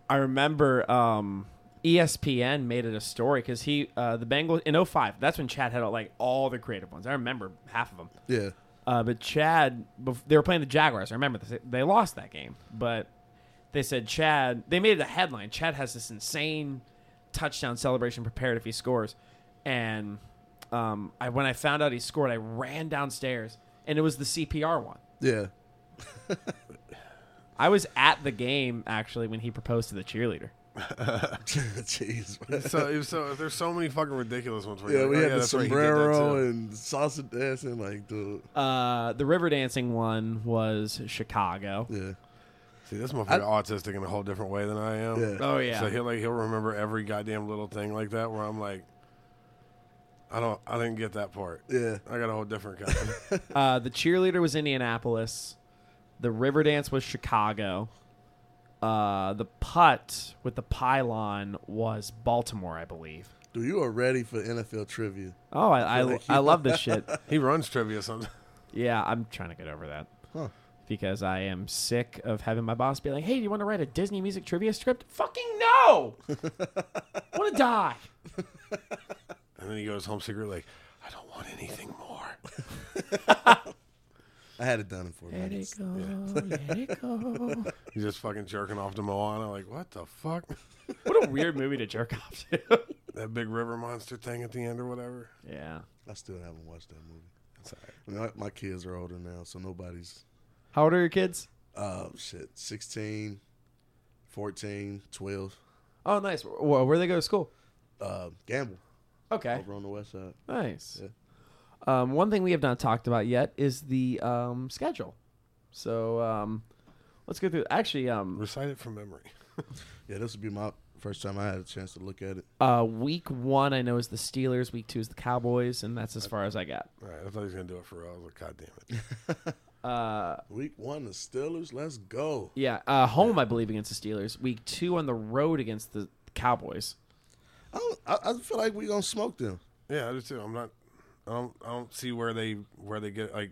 G: I remember um, ESPN made it a story because he uh, the Bengals in 05, That's when Chad had all, like all the creative ones. I remember half of them.
H: yeah.
G: Uh, but Chad, bef- they were playing the Jaguars. I remember this. They lost that game, but they said Chad. They made it a headline. Chad has this insane touchdown celebration prepared if he scores, and um, I when I found out he scored, I ran downstairs, and it was the CPR one.
H: Yeah.
G: I was at the game actually when he proposed to the cheerleader.
H: Jeez. man.
F: So, it was so there's so many fucking ridiculous ones. Where
H: yeah,
F: you're
H: we
F: like, oh,
H: had the
F: that's right, he did that
H: sombrero
F: too.
H: and sausage dancing, like, dude.
G: Uh, the river dancing one was Chicago.
H: Yeah.
F: See, this motherfucker autistic in a whole different way than I am.
H: Yeah.
G: Oh, yeah.
F: So he'll like he'll remember every goddamn little thing like that. Where I'm like, I don't, I didn't get that part.
H: Yeah.
F: I got a whole different kind.
G: Uh, the cheerleader was Indianapolis. The river dance was Chicago. Uh, the putt with the pylon was Baltimore, I believe.
H: Dude, you are ready for NFL trivia.
G: Oh, I I, I love this shit.
F: he runs trivia sometimes.
G: Yeah, I'm trying to get over that. Because I am sick of having my boss be like, "Hey, do you want to write a Disney music trivia script?" Fucking no! want to die?
F: And then he goes home secretly like, I don't want anything more.
H: I had it done in four minutes.
G: go, let it go.
F: He's just fucking jerking off to Moana. Like, what the fuck?
G: What a weird movie to jerk off to.
F: That big river monster thing at the end or whatever.
G: yeah.
H: I still haven't watched that movie. I mean, I- my kids are older now, so nobody's,
G: How old are your kids?
H: uh, shit, 16, 14, 12.
G: Oh, nice. Where where they go to school?
H: Uh, gamble
G: Okay.
H: over on the west side.
G: Nice. Um, one thing we have not talked about yet is the um, schedule. So um, let's go through. Actually, um,
F: Recite it from memory.
H: Yeah, this would be my first time I had a chance to look at it.
G: uh, week one I know is the Steelers. Week two is the Cowboys, and that's as far as I got.
F: All right, I thought he was gonna do it for real. I was like, God damn it.
H: Week one, the Steelers, let's go.
G: Yeah, uh, home I believe against the Steelers. Week two on the road against the Cowboys.
H: I, don't, I, I feel like we're going to smoke them.
F: Yeah, I do too. I'm not. I don't. I don't see where they where they get like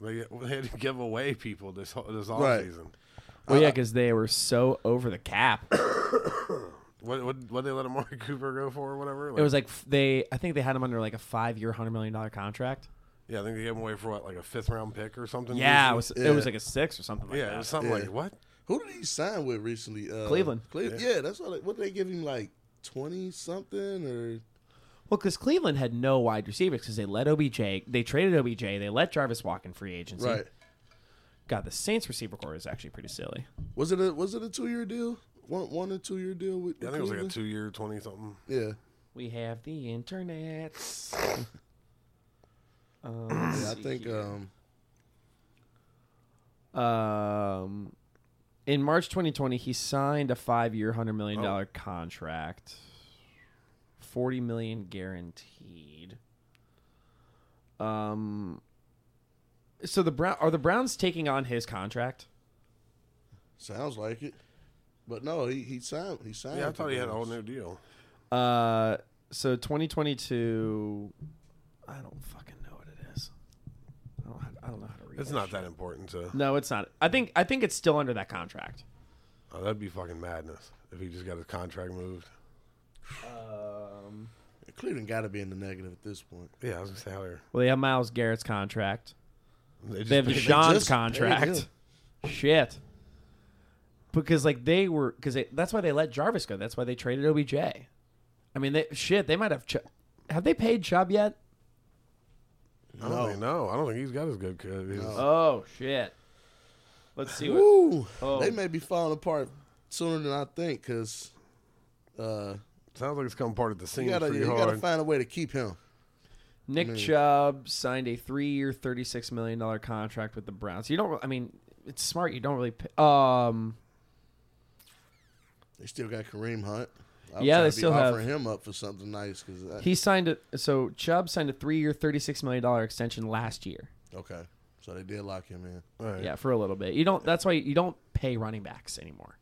F: they, they had to give away people this whole this off
H: Right.
F: season.
G: Well, yeah, because they were so over the cap. it
F: What what what they let Amari Cooper go for or whatever? Like,
G: was like f- they. I think they had him under like a five-year, hundred million dollar contract.
F: yeah, I think they gave him away for what like a fifth round pick or something.
G: Yeah, it was,
F: recently?
G: it was like a six or something like
F: yeah,
G: that.
F: it was something
H: Yeah.
F: like what?
H: Who did he sign with recently? Uh,
G: Cleveland.
H: Cle- yeah. that's what. They, what did they give him like twenty something or?
G: Well, because Cleveland had no wide receivers because they let OBJ, they traded OBJ, they let Jarvis walk in free agency.
H: Right.
G: God, the Saints receiver core is actually pretty silly.
H: Was it a was it a two year deal? One one or two year deal with?
F: Yeah, I
H: with
F: think it was like a
H: Cleveland?
F: two year twenty something.
H: Yeah.
G: We have the internet.
H: Yeah, I think um
G: um, in March 2020, he signed a five-year, hundred million dollar contract, forty million guaranteed. Um, so the Brown are the Browns taking on his contract?
H: sounds like it, but no, he he signed he signed.
F: Yeah, I
H: with the
F: thought he had a whole
H: Browns.
F: new deal.
G: Uh, so 2022. I don't fucking know what it is. I don't. I don't know how to read.
F: It's
G: that
F: not
G: shit.
F: that important to.
G: No, it's not. I think. I think it's still under that contract.
F: Oh, that'd be fucking madness if he just got his contract moved.
H: Cleveland got to be in the negative at this point.
F: Yeah, I was gonna say how they're.
G: Well, they have Miles Garrett's contract.
F: They,
G: They have
F: just-
G: Deshaun's
H: just paid
G: contract. Shit. Because like they were, because that's why they let Jarvis go. That's why they traded OBJ. I mean, they, shit. They might have. Ch- have they paid Chubb yet?
F: I don't think no. I don't think he's got as good. co- His,
G: Oh shit. Let's see what.
H: Woo!
G: Oh.
H: They may be falling apart sooner than I think because uh,
F: Sounds like it's come part of the scene
H: you gotta
F: pretty
H: you
F: hard.
H: gotta find a way to keep him.
G: Nick Chubb signed a three-year, thirty-six million dollar contract with the Browns. You don't. I mean, it's smart. You don't really. Pay, um.
H: They still got Kareem Hunt. I was
G: Yeah,
H: trying
G: they
H: to be
G: still have-
H: offering him up for something nice because
G: He signed it. So Chubb signed a three-year, thirty-six million dollar extension last year.
H: okay, so they did lock him in.
G: Yeah, for a little bit. You don't. That's why you don't pay running backs anymore,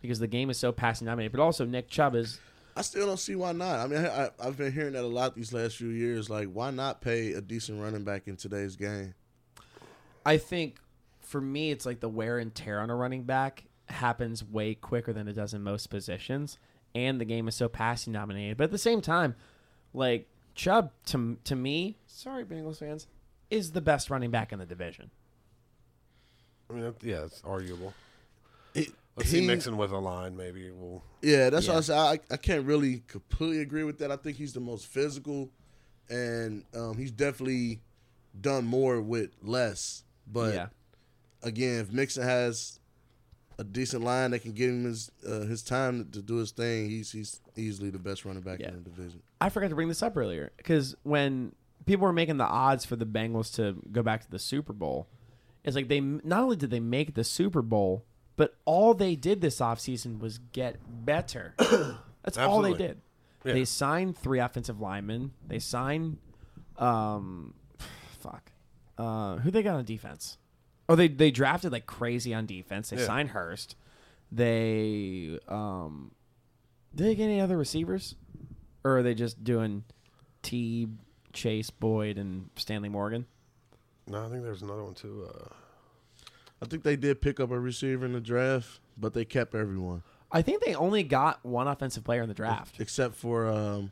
G: because the game is so passing dominated. But also Nick Chubb is.
H: I still don't see why not. I mean, I, I, I've been hearing that a lot these last few years. Like, why not pay a decent running back in today's game?
G: I think, for me, it's like the wear and tear on a running back happens way quicker than it does in most positions, and the game is so passing dominated. But at the same time, like Chubb to to me, sorry Bengals fans, is the best running back in the division.
F: I mean, that, yeah, it's arguable.
H: He-
F: Let's see
H: he-
F: Mixon with a line, maybe. We'll
H: Yeah, that's what I said. I, I can't really completely agree with that. I think he's the most physical and um, he's definitely done more with less. But
G: yeah.
H: again, if Mixon has a decent line that can get him his uh, his time to do his thing, he's he's easily the best running back
G: Yeah.
H: in the division.
G: I forgot to bring this up earlier because when people were making the odds for the Bengals to go back to the Super Bowl, it's like they not only did they make the Super Bowl, but all they did this offseason was get better. That's all they
F: Absolutely.
G: did. They signed three offensive linemen. They signed, um, fuck, uh, who they got on defense? Oh, they they drafted like crazy on defense. They
F: Yeah.
G: signed Hurst. They um, did they get any other receivers? or are they just doing T, Chase, Boyd, and Stanley Morgan?
F: No, I think there's another one too. Uh,
H: I think they did pick up a receiver in the draft, but they kept everyone
G: I think they only got one offensive player in the draft.
H: except for um,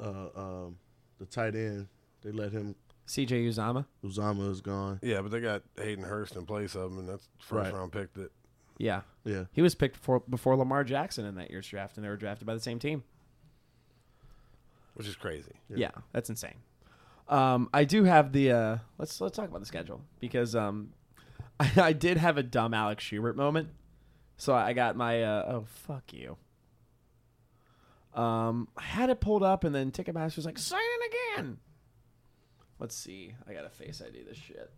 H: uh, um, the tight end. They let him.
G: CJ Uzama.
H: Uzama is gone.
F: yeah, but they got Hayden Hurst in place of him, and that's first
H: Right.
F: round pick that
G: Yeah.
H: Yeah,
G: He was picked before, before Lamar Jackson in that year's draft, and they were drafted by the same team.
F: which is crazy.
G: Yeah, that's insane. Um, I do have the uh, let's let's talk about the schedule because um, I, I did have a dumb Alex Schubert moment. So I got my uh, oh fuck you. Um, I had it pulled up and then Ticketmaster was like sign in again. Let's see. I gotta face ID this shit.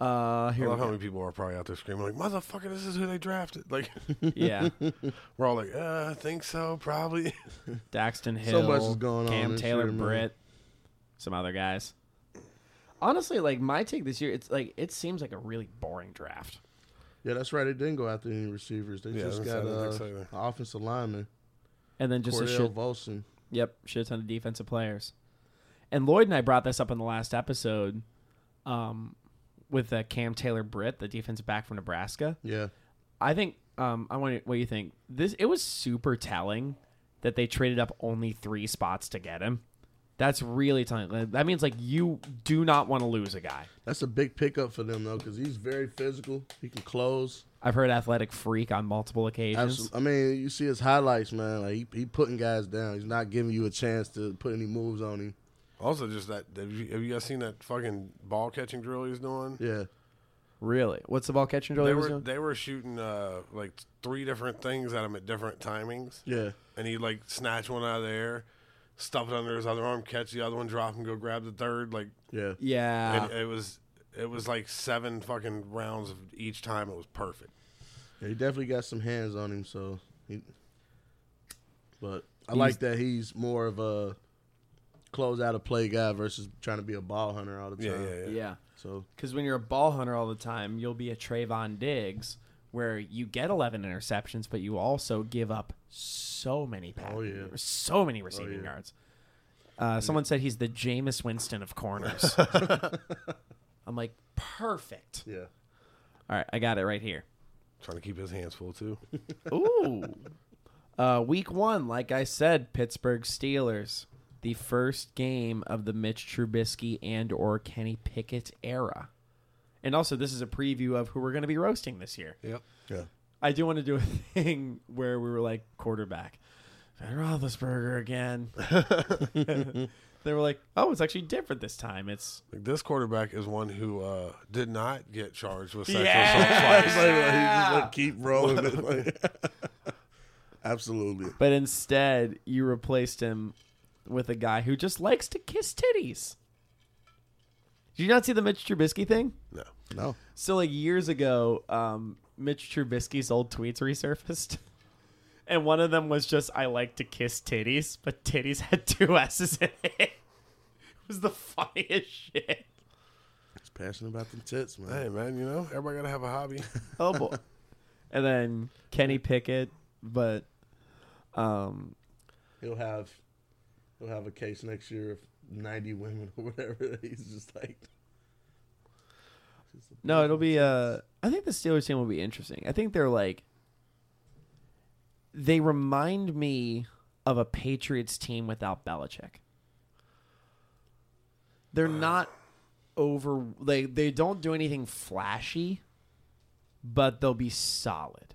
G: Uh,
F: I
G: here we
F: love how
G: go.
F: many people are probably out there screaming like, "Motherfucker, this is who they drafted!" Like
G: yeah,
F: we're all like, uh, "I think so, probably."
G: Daxton Hill,
H: So much is going on
G: Cam
H: this
G: Taylor,
H: year, man.
G: Britt, some other guys. Honestly, like my take this year, it's like it seems like a really boring draft.
H: yeah, that's right. They didn't go after any receivers. They
F: Yeah,
H: just
F: I don't
H: got
F: think- I don't
H: uh,
F: think so either.
H: an offensive lineman,
G: And then just a
H: Cordell
G: shit,
H: Volson.
G: yep, shit ton of defensive players. And Lloyd and I brought this up in the last episode, um, with uh, Cam Taylor Britt, the defensive back from Nebraska.
H: Yeah,
G: I think um, I want. What do you think? This it was super telling that they traded up only three spots to get him. That's really telling. That means like you do not want to lose a guy.
H: that's a big pickup for them though, because he's very physical. He can close.
G: I've heard athletic freak on multiple occasions.
H: Absolutely. I mean, you see his highlights, man. Like he, he putting guys down. He's not giving you a chance to put any moves on him.
F: also, just that have you, have you guys seen that fucking ball catching drill he's doing?
H: Yeah,
G: Really? What's the ball catching drill?
F: They
G: he was
F: were
G: doing?
F: they were shooting uh, like three different things at him at different timings.
H: yeah.
F: and he like snatch one out of the air, stuff it under his other arm, catch the other one, drop and go grab the third. Like
H: Yeah.
G: yeah.
H: uh,
F: and it was it was like seven fucking rounds of each time. It was perfect.
H: Yeah, he definitely got some hands on him. So, he, but I like that he's more of a close out of play guy versus trying to be a ball hunter all the
F: Yeah,
H: time.
F: yeah, yeah.
G: yeah.
H: So
G: Because when you're a ball hunter all the time, you'll be a Trayvon Diggs, where you get 11 interceptions, but you also give up so many passes,
H: Oh, yeah.
G: so many receiving yards. Uh, someone said he's the Jameis Winston of corners. I'm like, perfect.
H: yeah,
G: All right, I got it right here.
F: Trying to keep his hands full too.
G: Ooh. uh, week one, like I said, Pittsburgh Steelers. The first game of the Mitch Trubisky and or Kenny Pickett era. And also, this is a preview of who we're going to be roasting this year.
F: Yep.
H: yeah.
G: I do want to do a thing where we were like quarterback, Ben Roethlisberger again. they were like, oh, it's actually different this time. It's
F: Like this quarterback is one who uh, did not get charged with sexual assault.
G: yeah.
F: twice.
H: Like, like, he just like keep rolling. it, like- absolutely.
G: But instead, you replaced him with a guy who just likes to kiss titties. Did you not see the Mitch Trubisky thing?
F: No.
H: No.
G: So like years ago, um, Mitch Trubisky's old tweets resurfaced, and one of them was just "I like to kiss titties," but titties had two s's in it. It was the funniest shit.
H: He's passionate about them tits, man.
F: Hey man, you know everybody gotta have a hobby.
G: Oh boy! and then Kenny Pickett, but um,
H: He'll have he'll have a case next year of ninety women or whatever. He's just like
G: no, it'll be. Uh, I think the Steelers team will be interesting. I think they're like. They remind me of a Patriots team without Belichick. they're not over they they don't do anything flashy but they'll be solid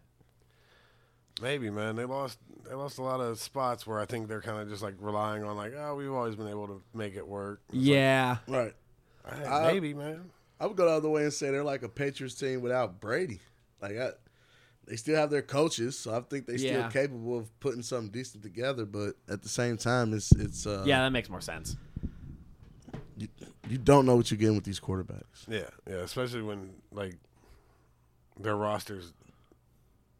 F: Maybe, man. They lost they lost a lot of spots where I think they're kind of just like relying on like, oh, we've always been able to make it work.
G: Yeah.
H: Right.
F: Hey,
H: I-
F: maybe, man.
H: I would go the other way and say they're like a Patriots team without Brady. Like I, they still have their coaches, so I think they're
G: Yeah.
H: still capable of putting something decent together. But at the same time, it's it's uh,
G: yeah, that makes more sense.
H: you, you don't know what you're getting with these quarterbacks.
F: Yeah, yeah. Especially when like their rosters,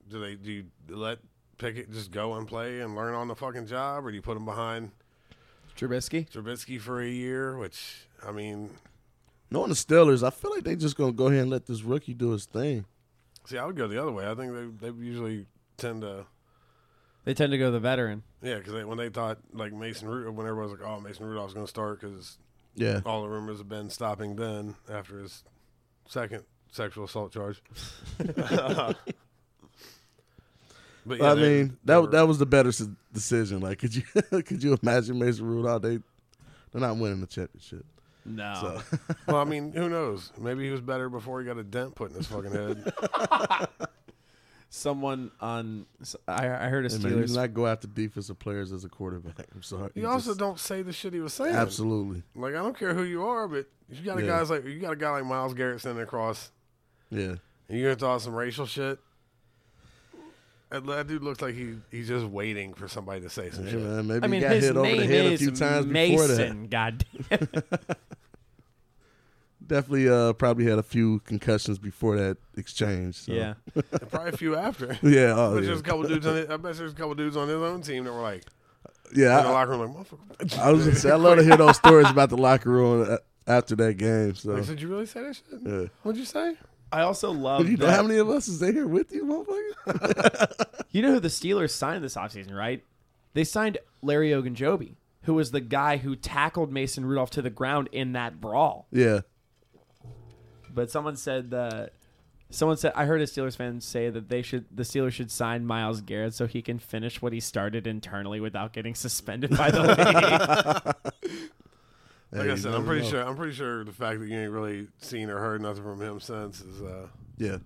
F: do they do you let Pickett just go and play and learn on the fucking job, or do you put him behind
G: Trubisky.
F: Trubisky for a year? Which I mean,
H: Knowing the Steelers, I feel like they just gonna go ahead and let this rookie do his thing.
F: see, I would go the other way. I think they they usually tend to.
G: They tend to go the veteran.
F: Yeah, because they, when they thought like Mason Rudolph, when everyone was like, "Oh, Mason Rudolph's going to start," because
H: Yeah,
F: all the rumors have been stopping Ben after his second sexual assault charge. but
H: I
F: they-
H: mean
F: they
H: that
F: were-
H: that was the better s- decision. Like, could you could you imagine Mason Rudolph? They they're not winning the championship.
G: No.
H: So
F: Well, I mean, who knows? Maybe he was better before he got a dent put in his fucking head.
G: Someone on s- I, I heard a
H: hey, man, you do
G: Steelers.
H: not go after defensive players as a quarterback. I'm sorry.
F: You also
H: just-
F: don't say the shit he was saying.
H: absolutely.
F: Like I don't care who you are, but you got a
H: Yeah.
F: guys like you got a guy like Miles Garrett sending across,
H: Yeah.
F: and you're gonna throw out some racial shit. That, that dude looks like he he's just waiting for somebody to say some
H: Yeah,
F: shit.
H: man, maybe
G: I mean,
H: he got
G: his
H: hit over
G: name
H: the head a
G: is
H: few times before that.
G: Mason. God damn.
H: Definitely, uh, probably had a few concussions before that exchange. So.
G: yeah.
F: And probably a few after.
H: yeah, oh,
F: But
H: yeah.
F: there's a couple dudes on it. I bet there's a couple dudes on his own team that were like in the
H: yeah.
F: locker room, like motherfucker.
H: I, I was gonna say, I love to hear those stories about the locker room uh, after that game. So,
F: Like, did you really say that shit?
H: yeah.
F: What'd you say?
G: I also love
H: you know
G: that-
H: how many of us is there with you, motherfucker?
G: You know who the Steelers signed this offseason, right? They signed Larry Ogunjobi, who was the guy who tackled Mason Rudolph to the ground in that brawl.
H: yeah,
G: But someone said that someone said I heard a Steelers fan say that they should the Steelers should sign Miles Garrett so he can finish what he started internally without getting suspended by the league.
F: Like
H: Hey,
F: I
H: you
F: said,
H: never
F: I'm pretty
H: know.
F: sure. I'm pretty sure the fact that you ain't really seen or heard nothing from him since is. uh
H: yeah,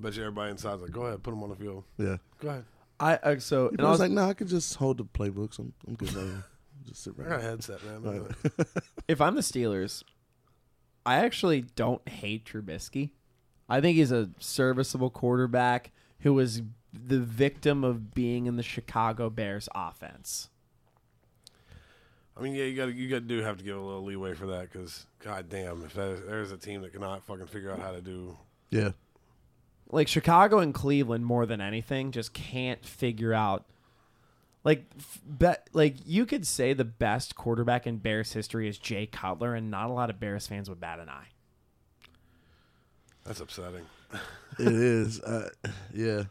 F: Bet you everybody inside's like, go ahead, put him on the field.
H: yeah.
F: Go ahead.
G: I uh, so and
H: I
G: I
H: was like, no, I could just hold the playbooks. I'm, I'm good right here. Just sit
F: I got a
H: right here.
F: headset, man.
H: Right.
G: if I'm the Steelers, I actually don't hate Trubisky. I think he's a serviceable quarterback who was the victim of being in the Chicago Bears offense.
F: I mean, yeah, you got to you got do have to give a little leeway for that because goddamn, if that is, there's a team that cannot fucking figure out how to do
H: Yeah,
G: Like Chicago and Cleveland more than anything just can't figure out like f- bet like you could say the best quarterback in Bears history is Jay Cutler and not a lot of Bears fans would bat an eye.
F: that's upsetting.
H: it is. Uh, yeah,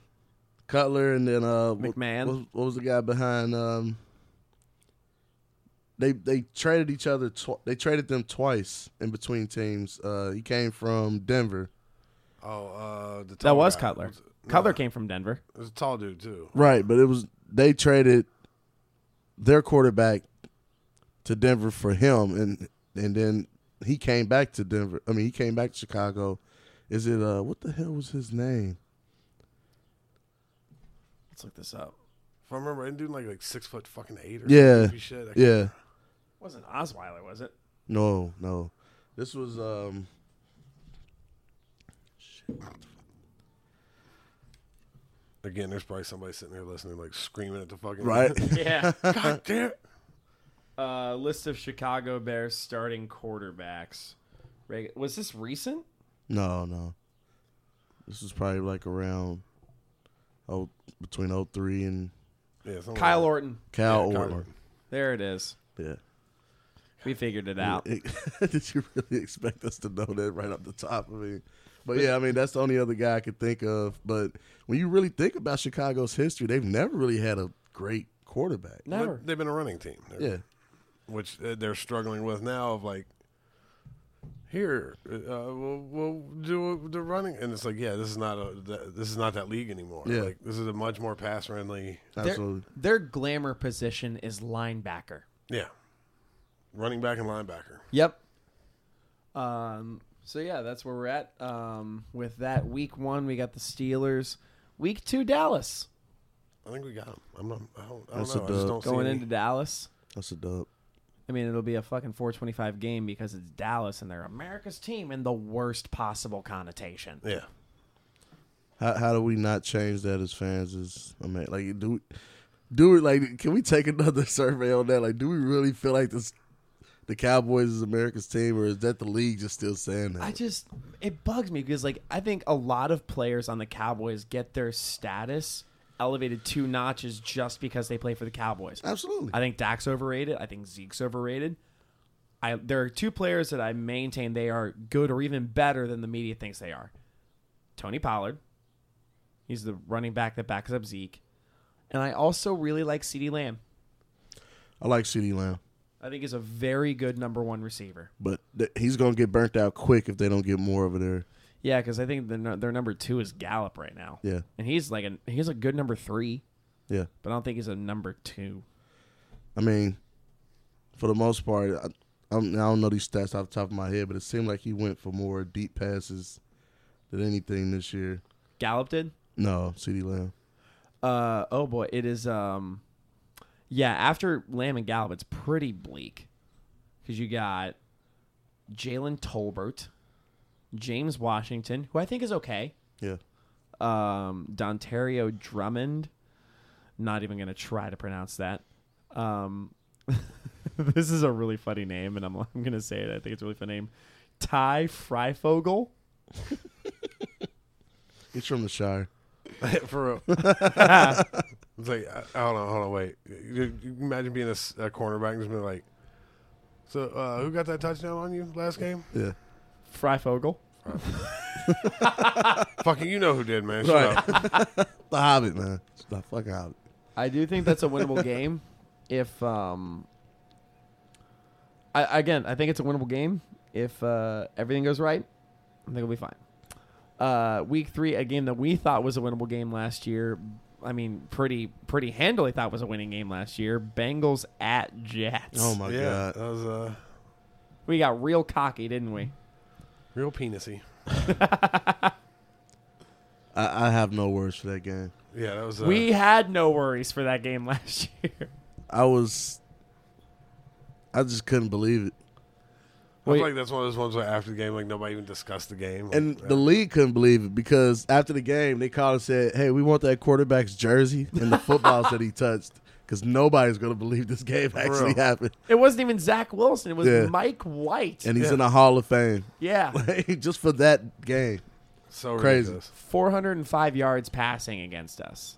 H: Cutler and then uh, what-
G: McMahon.
H: What, what was the guy behind? Um, they they traded each other. Tw- they traded them twice in between teams. Uh, he came from Denver.
F: Oh, uh, the
G: That
F: tall
G: was
F: guy.
G: Cutler.
F: It was-
G: Cutler came from Denver.
F: it was a tall dude too.
H: Right, but it was they traded their quarterback to Denver for him, and and then he came back to Denver. I mean, he came back to Chicago. Is it uh what the hell was his name?
G: Let's look this up.
F: If I remember, isn't dude like like six foot fucking eight or
H: Yeah.
F: some goofy shit? I can't-
H: Yeah,
G: wasn't Osweiler, was it?
H: no, no. This was um.
F: Again, there's probably somebody sitting there listening, like screaming at the fucking
H: Right.
G: Yeah.
F: God damn. it.
G: Uh, list of Chicago Bears starting quarterbacks. Reg- Was this recent?
H: No, no. This was probably like around oh between 03 and
F: Yeah, something like
G: Kyle
F: that.
G: Orton.
H: Cal
F: Kyle
H: Orton.
F: Orton.
G: There it is.
H: Yeah.
G: We figured it out.
H: Did you really expect us to know that right off the top? I mean, but yeah, I mean that's the only other guy I could think of. But when you really think about Chicago's history, they've never really had a great quarterback.
F: But
G: Never.
F: They've been a running team. They're-
H: Yeah,
F: which uh, they're struggling with now of like here uh, we'll, we'll do the running and it's like yeah this is not a th- this is not that league anymore
H: Yeah.
F: like this is a much more pass friendly
G: Their,
H: absolutely.
G: their glamour position is linebacker.
F: yeah running back and linebacker
G: Yep. Um. So yeah, that's where we're at. Um. With that, week one we got the Steelers. Week two, Dallas.
F: I think we got him. I'm not. I don't, I
H: That's
F: don't know.
H: a
F: I just
H: dub.
F: don't
G: Going
F: see
G: into Dallas,
H: That's a dub.
G: I mean, it'll be a fucking 425 game because it's Dallas and they're America's team in the worst possible connotation.
F: Any, yeah.
H: How how do we not change that as fans? Is I mean, like do do it like can we take another survey on that? Like, do we really feel like this? The Cowboys is America's team, or is that the league just still saying that?
G: I just it bugs me because like I think a lot of players on the Cowboys get their status elevated two notches just because they play for the Cowboys.
H: Absolutely.
G: I think Dak's overrated. I think Zeke's overrated. I there are two players that I maintain they are good or even better than the media thinks they are. Tony Pollard. He's the running back that backs up Zeke. And I also really like CeeDee Lamb.
H: I like CeeDee Lamb,
G: I think he's a very good number one receiver.
H: but th- he's gonna get burnt out quick if they don't get more over there.
G: Yeah, because I think the, their number two is Gallup right now.
H: Yeah.
G: and he's like a he's a good number three,
H: Yeah,
G: but I don't think he's a number two.
H: I mean, for the most part, I, I'm, I don't know these stats off the top of my head, but it seemed like he went for more deep passes than anything this year.
G: Gallup did.
H: No, CeeDee Lamb.
G: Uh oh boy, it is um, yeah. After Lamb and Gallup, it's pretty bleak because you got Jalen Tolbert, James Washington, who I think is okay.
H: Yeah,
G: um, Dontario Drummond. Not even going to try to pronounce that. Um, this is a really funny name, and I'm, I'm going to say it. I think it's a really funny name. Ty Freifogel.
H: he's from the Shire.
F: For real. it's like, I, I- hold on, hold on, wait. You, you imagine being a, s- a cornerback and just being like, so uh, who got that touchdown on you last game?
H: Yeah.
G: Freifogel.
F: Fucking, you know who did, man. Shut
H: Right.
F: up.
H: The Hobbit, man. It's The fucking Hobbit.
G: I do think that's a winnable game. If um, I again, I think it's a winnable game if uh, everything goes right. I think it'll be fine. Uh, week three, a game that we thought was a winnable game last year. I mean, pretty pretty handily thought was a winning game last year. Bengals at Jets.
H: Oh my
F: yeah,
H: god.
F: that was uh,
G: We got real cocky, didn't we?
F: real penisy.
H: I, I have no words for that game.
F: Yeah, that was. Uh,
G: we had no worries for that game last year.
H: I was I just couldn't believe it.
F: I
G: Wait.
F: feel like that's one of those ones where after the game, like nobody even discussed the game. Like,
H: And
F: yeah.
H: the league couldn't believe it because after the game they called and said, Hey, we want that quarterback's jersey and the footballs that he touched. Because nobody's gonna believe this game actually
F: real.
H: happened.
G: It wasn't even Zach Wilson. It was
H: Yeah.
G: Mike White.
H: And he's in the Hall of Fame.
G: yeah.
H: Like, just for that game.
F: so
H: crazy.
F: ridiculous.
G: 405 yards passing against us.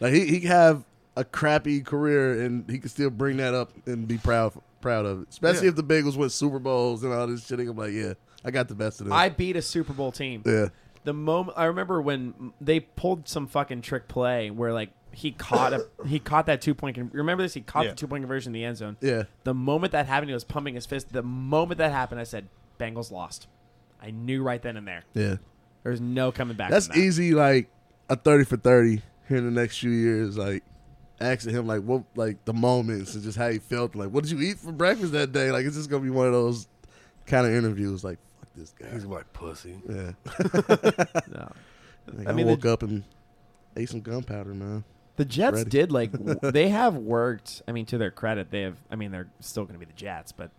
H: Like he he could have a crappy career and he could still bring that up and be proud proud of it. Especially
F: Yeah.
H: if the Bengals win Super Bowls and all this shit. I'm like, yeah, I got the best of them.
G: I beat a Super Bowl team.
H: yeah.
G: The moment I remember when they pulled some fucking trick play where like he caught a he caught that two point. Con- remember this? He caught
F: Yeah.
G: the two point conversion in the end zone.
H: Yeah.
G: The moment that happened, he was pumping his fist. The moment that happened, I said, "Bengals lost." I knew right then and there.
H: Yeah.
G: There's no coming back.
H: That's
G: from that.
H: easy like a 30 for 30 here in the next few years like asking him like what like the moments and just how he felt like what did you eat for breakfast that day? Like it's just going to be one of those kind of interviews like fuck this guy.
F: He's gonna be like pussy.
H: Yeah.
G: No.
H: Like,
G: I
H: I,
G: mean, the-
H: woke up and ate some gunpowder, man.
G: The Jets
H: Ready.
G: did like w- they have worked. I mean, to their credit, they have. I mean, they're still going to be the Jets, but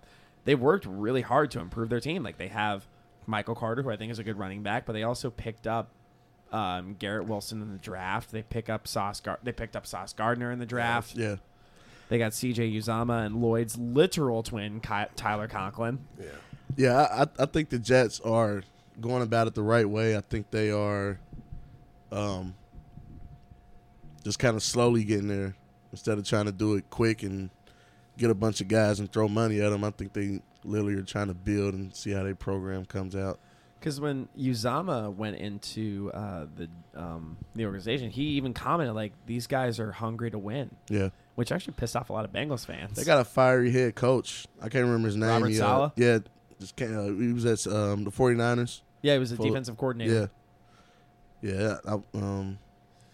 G: they've worked really hard to improve their team. Like they have Michael Carter, who I think is a good running back, but they also picked up um, Garrett Wilson in the draft. They pick up Sauce. Gar- they picked up Sauce Gardner in the draft.
H: Yeah.
G: They got C.J. Uzama and Lloyd's literal twin, Ky- Tyler Conklin.
H: Yeah, I, I- I think the Jets are going about it the right way. I think they are um, just kind of slowly getting there instead of trying to do it quick and get a bunch of guys and throw money at them. I think they literally are trying to build and see how their program comes out.
G: Because when Uzama went into uh, the um, the organization, he even commented like, "These guys are hungry to win."
H: Yeah.
G: Which actually pissed off a lot of Bengals fans.
H: They got a fiery head coach. I can't remember his name.
G: Robert
H: He, uh,
G: Saleh?
H: yeah. Just can't, uh, he was at um, the 49ers.
G: Yeah, he was a
H: Full-
G: defensive coordinator.
H: Yeah. Yeah. I um,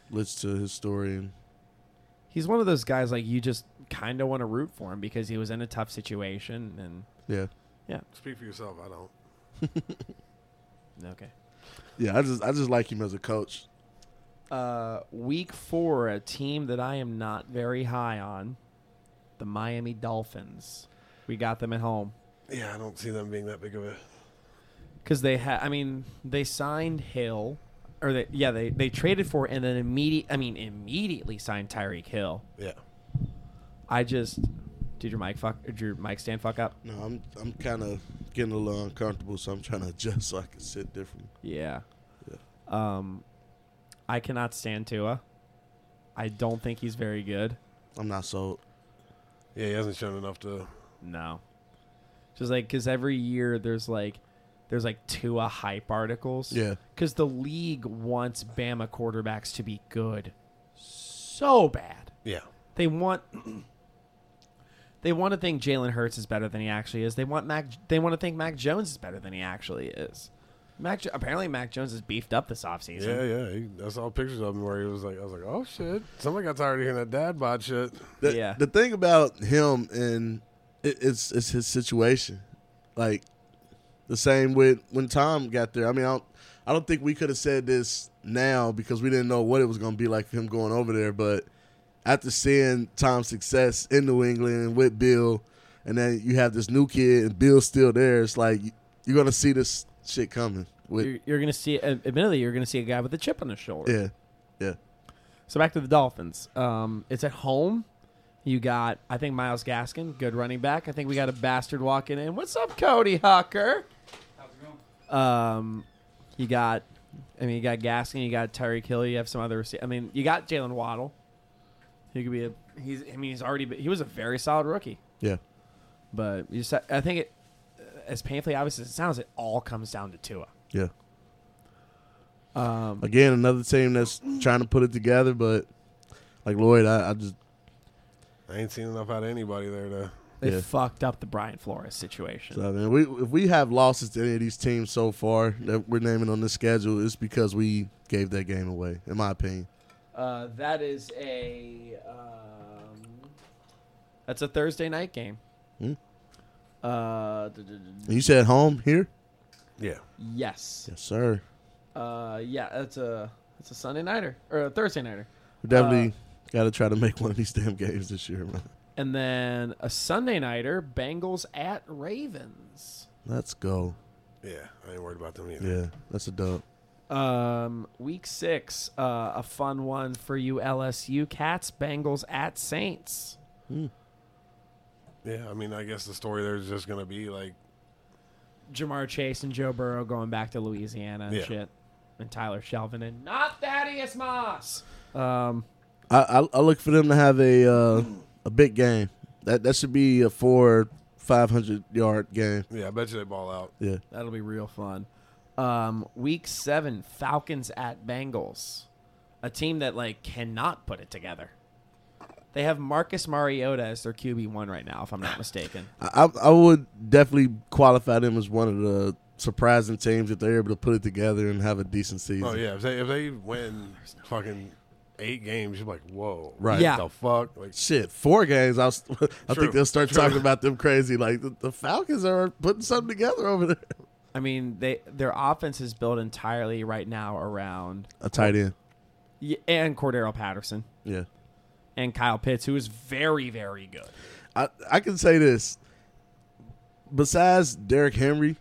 H: listened to his story and
G: He's one of those guys like you just kind of want to root for him because he was in a tough situation and
H: yeah.
F: Speak for yourself. I don't.
G: okay.
H: Yeah, I just I just like him as a coach.
G: Uh, week four, a team that I am not very high on, the Miami Dolphins. We got them at home
F: Yeah, I don't see them being that big of a.
G: because they had. I mean, they signed Hill, or they yeah they they traded for and then immediate. I mean, immediately signed Tyreek Hill.
F: Yeah.
G: I just did your mic fuck. Or did your mic stand fuck up?
H: No, I'm I'm kind of getting a little uncomfortable, so I'm trying to adjust so I can sit differently.
G: Yeah. Um, I cannot stand Tua. I don't think he's very good.
H: I'm not sold.
F: Yeah, he hasn't shown enough to.
G: No. Just like because every year there's like there's like Tua hype articles.
H: Yeah.
G: Because the league wants Bama quarterbacks to be good, so bad.
F: Yeah.
G: They want they want to think Jalen Hurts is better than he actually is. They want Mac. They want to think Mac Jones is better than he actually is. Mac Jo- apparently Mac Jones is beefed up this offseason.
F: Yeah, yeah. He, I saw pictures of him where he was like, I was like, oh shit. Somebody got tired of hearing that dad bod shit.
H: The,
G: Yeah.
H: the thing about him and it, it's it's his situation. Like the same with when Tom got there. I mean, I don't I don't think we could have said this now because we didn't know what it was going to be like for him going over there. But after seeing Tom's success in New England and with Bill, and then you have this new kid and Bill's still there, it's like you're going to see this shit coming. With
G: You're, you're gonna see. Admittedly, you're gonna see a guy with a chip on his shoulder.
H: yeah, yeah,
G: So back to the Dolphins. Um, it's at home. You got, I think, Miles Gaskin, good running back. I think we got a bastard walking in. What's up, Cody Hucker? How's it going? Um, you got, I mean, you got Gaskin, you got Tyreek Hill, you have some other. rece- I mean, you got Jalen Waddle. He could be a. He's. I mean, he's already. Been, he was a very solid rookie,
H: yeah.
G: but you just, I think it, as painfully obvious as it sounds, it all comes down to Tua.
H: Yeah. Again, another team that's trying to put it together, but like Lloyd, I, I just
F: I ain't seen enough out of anybody there to.
G: They
H: Yeah.
G: fucked up the Brian Flores situation.
H: I mean, we if we have losses to any of these teams so far that we're naming on this schedule, it's because we gave that game away, in my opinion.
G: Uh, that is a um, that's a Thursday night game.
H: Hmm.
G: Uh, d- d- d-
H: And you said home here?
F: Yeah.
G: yes.
H: Yes, sir.
G: Uh, yeah, that's a that's a Sunday nighter or a Thursday nighter,
H: We definitely got to try to make one of these damn games this year, man.
G: and then a Sunday nighter Bengals at Ravens.
H: Let's go.
F: Yeah. I ain't worried about them either.
H: Yeah, that's a dub.
G: Um, week six, uh, a fun one for you LSU Cats. Bengals at Saints.
F: Yeah, I mean, I guess the story there is just gonna be like,
G: Jamar Chase and Joe Burrow going back to Louisiana and
F: Yeah.
G: shit. And Tyler Shelvin and not Thaddeus Moss. Um,
H: I, I I look for them to have a uh, a big game. That that should be a four five hundred yard game.
F: yeah, I bet you they ball out.
H: Yeah.
G: that'll be real fun. Um, week seven, Falcons at Bengals. A team that like cannot put it together. They have Marcus Mariota as their QB one right now, if I'm not mistaken.
H: I, I would definitely qualify them as one of the surprising teams if they're able to put it together and have a decent season.
F: Oh yeah, if they if they win fucking eight games, you're like, whoa,
H: Right.
G: Yeah.
F: The fuck, like,
H: Shit, four games. I, was, I
F: True.
H: think they'll start
F: True.
H: talking about them crazy. Like the, the Falcons are putting something together over there.
G: I mean, they their offense is built entirely right now around
H: A tight end.
G: y- and Cordero Patterson
H: Yeah,
G: and Kyle Pitts, who is very very good.
H: I I can say this. Besides Derrick Henry,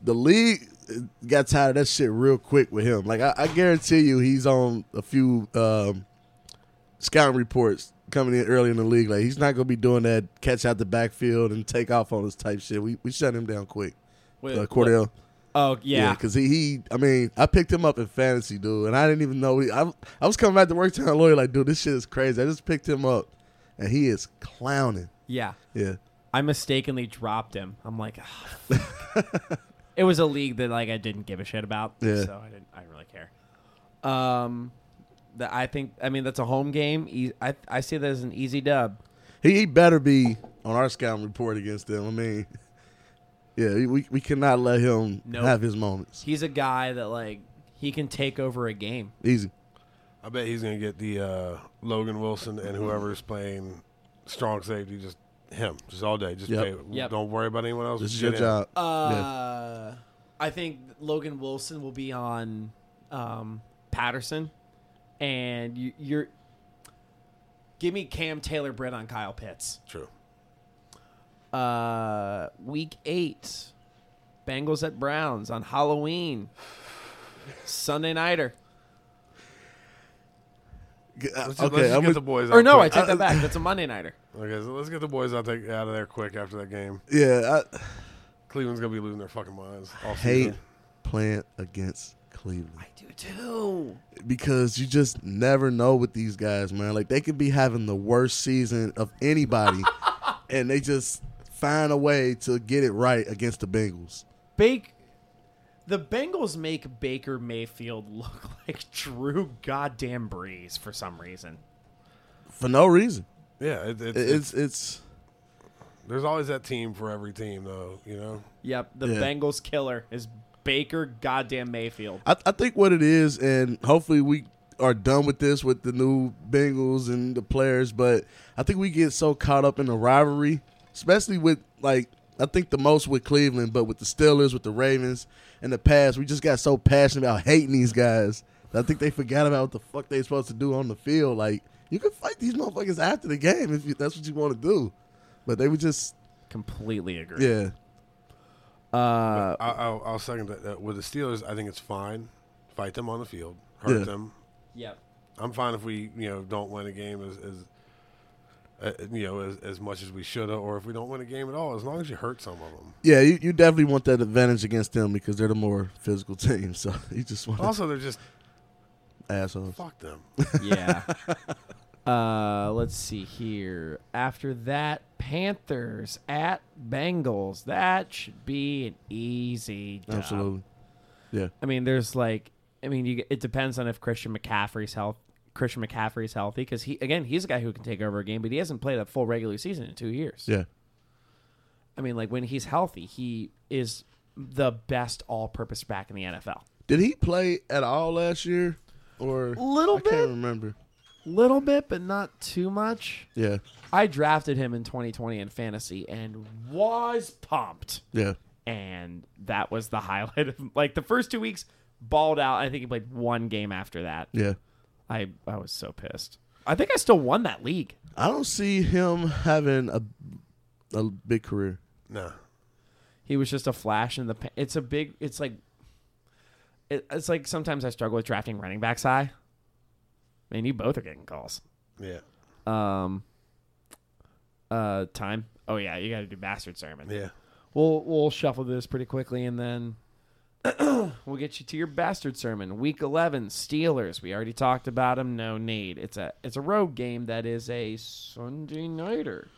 H: the league uh, got tired of that shit real quick with him. Like I, I guarantee you, he's on a few um, scouting reports coming in early in the league. Like he's not gonna be doing that catch out the backfield and take off on us type shit. We we shut him down quick.
G: With,
H: Uh, Cordell.
G: Oh yeah,
H: because he, he, I mean, I picked him up in fantasy, dude, and I didn't even know. He, I, I was coming back to work telling Lloyd, like, dude, this shit is crazy. I just picked him up, and he is clowning.
G: yeah.
H: Yeah,
G: I mistakenly dropped him. I'm like, "Ah, fuck." it was a league that like I didn't give a shit about,
H: Yeah.
G: so I didn't. I didn't really care. Um, that I think. I mean, that's a home game. E- I I see that as an easy dub.
H: he, he better be on our scouting report against them. I mean, yeah, we we cannot let him
G: Nope.
H: have his moments.
G: He's a guy that like he can take over a game.
H: Easy.
F: I bet he's gonna get the uh, Logan Wilson and whoever's playing strong safety, just him, just all day, just
H: Yep.
F: pay.
G: Yep.
F: Don't worry about anyone else.
H: This is
F: Get
H: your
F: in.
H: job. Yeah.
G: Uh, I think Logan Wilson will be on um, Patterson, and you, you're give me Cam Taylor Britt on Kyle Pitts.
F: True.
K: Uh, week eight, Bengals at Browns on Halloween, Sunday nighter.
H: G-
F: Let's,
H: uh,
F: just, let's
H: Okay,
F: just
H: I'm
F: get
H: with,
F: the boys.
G: Or
F: out
G: no, I
F: quick.
G: take that back. Uh, That's a Monday nighter.
F: Okay, so let's get the boys out, the, out of there quick after that game.
H: yeah. I
F: Cleveland's gonna be losing their fucking minds. All
H: hate
F: season.
H: playing against Cleveland.
K: do too.
H: because you just never know with these guys, man. Like they could be having the worst season of anybody, and they just find a way to get it right against the Bengals.
G: Bake. The Bengals make Baker Mayfield look like Drew Goddamn Brees for some reason.
H: For no reason.
F: Yeah, it, it's,
H: It- It's it's
F: there's always that team for every team, though. You know,
G: Yep, the
H: Yeah.
G: Bengals killer is Baker Goddamn Mayfield.
H: I, I think what it is, and hopefully we are done with this with the new Bengals and the players, but I think we get so caught up in the rivalry, especially with like I think the most with Cleveland, but with the Steelers, with the Ravens in the past, we just got so passionate about hating these guys. that I think they forgot about what the fuck they supposed to do on the field. Like you can fight these motherfuckers after the game if you, that's what you want to do, but they were just
G: Completely agree.
H: yeah. Uh,
F: I, I'll, I'll second that. Uh, With the Steelers, I think it's fine. Fight them on the field, hurt
H: Yeah.
F: them.
G: Yep.
F: I'm fine if we you know don't win a game as, as uh, you know as, as much as we should have, or if we don't win a game at all, as long as you hurt some of them.
H: Yeah, you, you definitely want that advantage against them because they're the more physical team. So you just want
F: Also, they're just
H: assholes.
F: fuck them.
G: Yeah. uh, let's see here. After that, Panthers at Bengals. That should be an easy. Dub.
H: Absolutely. Yeah.
G: I mean, there's like, I mean, you, it depends on if Christian McCaffrey's health. Christian McCaffrey's healthy because he again he's a guy who can take over a game, but he hasn't played a full regular season in two years.
H: Yeah.
G: I mean, like when he's healthy, he is the best all-purpose back in the NFL.
H: Did he play at all last year? Or
G: Little
H: I
G: bit.
H: can't remember.
G: Little bit, but not too much.
H: Yeah.
G: I drafted him in 2020 in fantasy and was pumped.
H: Yeah.
G: And that was the highlight of like the first two weeks balled out. I think he played one game after that.
H: Yeah.
G: I I was so pissed. I think I still won that league.
H: I don't see him having a a big career.
F: Nah,
G: He was just a flash in the pan. It's a big it's like it, it's like sometimes I struggle with drafting running backs high. Man, you both are getting calls.
F: yeah,
G: Um uh time. Oh yeah, you got to do bastard sermon.
F: yeah.
G: we'll we'll shuffle this pretty quickly and then we'll get you to your bastard sermon. Week eleven, Steelers. We already talked about them. No need. It's a it's a road game that is a Sunday nighter.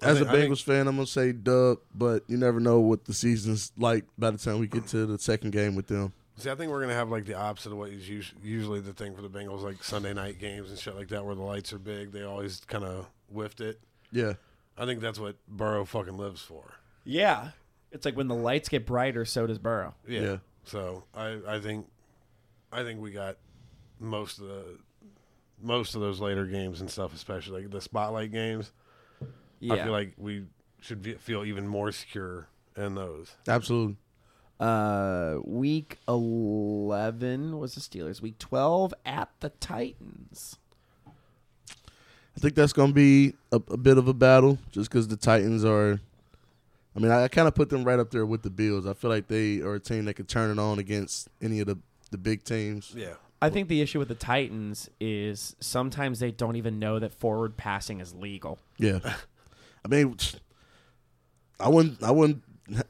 H: As
F: think-
H: a
F: I think-
H: Bengals fan, I'm gonna say dub, but you never know what the season's like by the time we get to the second game with them.
F: See, I think we're gonna have like the opposite of what is us- usually the thing for the Bengals, like Sunday night games and shit like that, where the lights are big. They always kind of whiffed it.
H: Yeah.
F: I think that's what Burrow fucking lives for.
G: Yeah, it's like when the lights get brighter, so does Burrow.
F: Yeah.
H: Yeah.
F: So I, I think, I think we got most of the most of those later games and stuff, especially like the spotlight games.
G: Yeah,
F: I feel like we should be, feel even more secure in those.
H: Absolutely.
G: uh, week eleven was the Steelers. Week twelve at the Titans.
H: I think that's going to be a, a bit of a battle just because the Titans are. I mean, I, I kind of put them right up there with the Bills. I feel like they are a team that could turn it on against any of the, the big teams.
F: Yeah.
G: I think the issue with the Titans is sometimes they don't even know that forward passing is legal.
H: Yeah. I mean, I wouldn't I wouldn't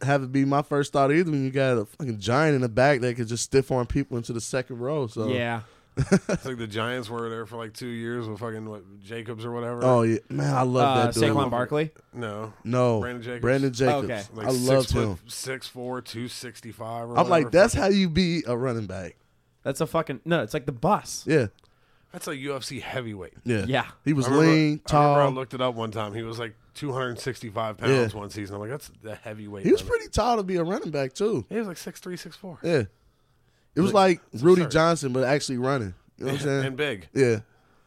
H: have it be my first thought either when you got a fucking giant in the back that could just stiff arm people into the second row. So
G: Yeah.
F: It's like the Giants were there for like two years with fucking what Jacobs or whatever.
H: Oh yeah, man, I love
G: Uh,
H: that dude.
G: Saquon Barkley.
F: no,
H: No,
F: Brandon Jacobs.
H: Brandon Jacobs.
G: Okay.
F: Like
H: I
F: six
H: loved
F: foot,
H: him.
F: Six four, two sixty five. Or
H: I'm like,
F: whatever.
H: that's how you be a running back.
G: That's a fucking no. It's like the bus.
H: Yeah,
F: that's like UFC heavyweight.
H: yeah,
G: Yeah.
H: He was
F: I remember-
H: lean,
F: I,
H: tall.
F: remember I looked it up one time. He was like 265 pounds
H: Yeah.
F: one season. I'm like, that's the heavyweight.
H: He was
F: limit.
H: pretty tall to be a running back too.
F: He was like six three, six four,
H: Yeah, it was like Rudy
F: absurd.
H: Johnson, but actually running. You know what I'm saying?
F: and big.
H: yeah,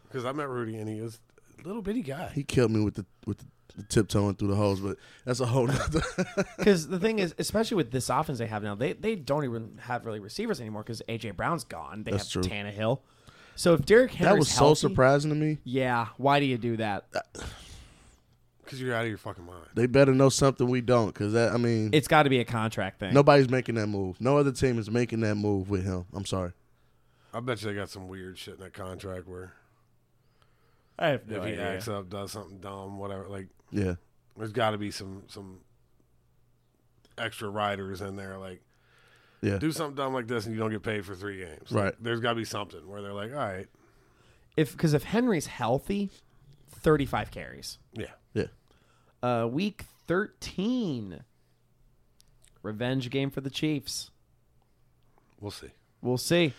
F: Because I met Rudy, and he was a little bitty guy.
H: he killed me with the with the tiptoeing through the holes, but that's a whole nother.
G: Because the thing is, especially with this offense they have now, they they don't even have really receivers anymore because AJ Brown's gone. They
H: That's
G: have
H: true.
G: Tannehill. So if Derrick Henry's
H: That was so Uh,
G: healthy-
H: surprising to me.
G: Yeah, why do you do that?
F: because you're out of your fucking mind.
H: They better know something we don't, because that I mean,
G: It's got to be a contract thing.
H: nobody's making that move. No other team is making that move with him. I'm sorry.
F: I bet you they got some weird shit in that contract where
G: I have
F: if he acts up, does something dumb, whatever. Like
H: Yeah,
F: there's got to be some some extra riders in there. Like
H: yeah.
F: do something dumb like this and you don't get paid for three games. Like,
H: Right.
F: there's got to be something where they're like, all right,
G: If because if Henry's healthy, thirty-five carries.
F: yeah,
H: Yeah.
G: Uh, week thirteen, revenge game for the Chiefs.
F: we'll see.
G: We'll see.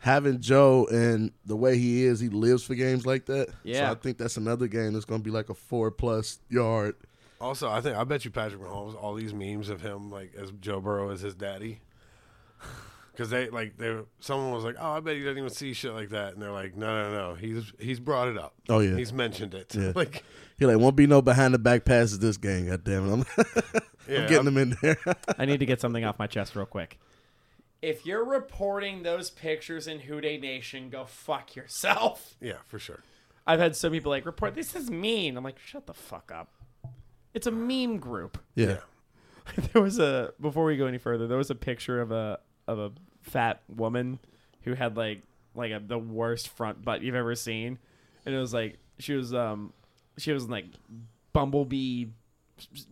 H: Having Joe and the way he is, he lives for games like that.
G: Yeah.
H: So I think that's another game that's going to be like a four plus yard.
F: Also, I think I bet you Patrick Mahomes all these memes of him like as Joe Burrow as his daddy. Cause they like they someone was like, oh, I bet he doesn't even see shit like that, and they're like, no, no, no, he's he's brought it up.
H: Oh, yeah.
F: he's mentioned it.
H: Yeah.
F: Like,
H: He like won't be no behind the back passes this game. God damn it! I'm,
F: yeah,
H: I'm getting him in there.
G: I need to get something off my chest real quick. If you're reporting those pictures in Houday Nation, go fuck yourself.
F: yeah, for sure.
G: I've had some people like report this is mean. I'm like, shut the fuck up. It's a meme group.
H: yeah.
G: there was a before we go any further there was a picture of a of a fat woman who had like like a, the worst front butt you've ever seen and it was like she was um she was in like bumblebee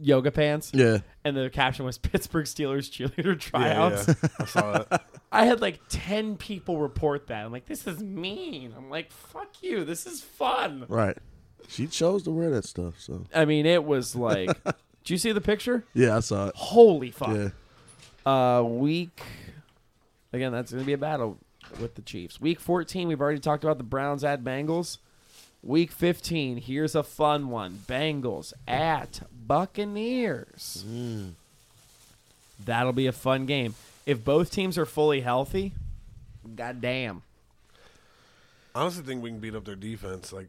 G: yoga pants
H: yeah,
G: and the caption was pittsburgh steelers cheerleader
F: Yeah,
G: tryouts
F: yeah. I saw that.
G: i had like 10 people report that i'm like this is mean i'm like fuck you this is fun
H: Right. She chose to wear that stuff. So
G: i mean it was like do you see the picture
H: yeah, I saw it.
G: holy fuck
H: Yeah,
G: Uh, week again, that's going to be a battle with the Chiefs. Week 14, we've already talked about the Browns at Bengals. Week 15, here's a fun one: Bengals at Buccaneers. That'll be a fun game if both teams are fully healthy. Goddamn.
F: I honestly think we can beat up their defense. Like,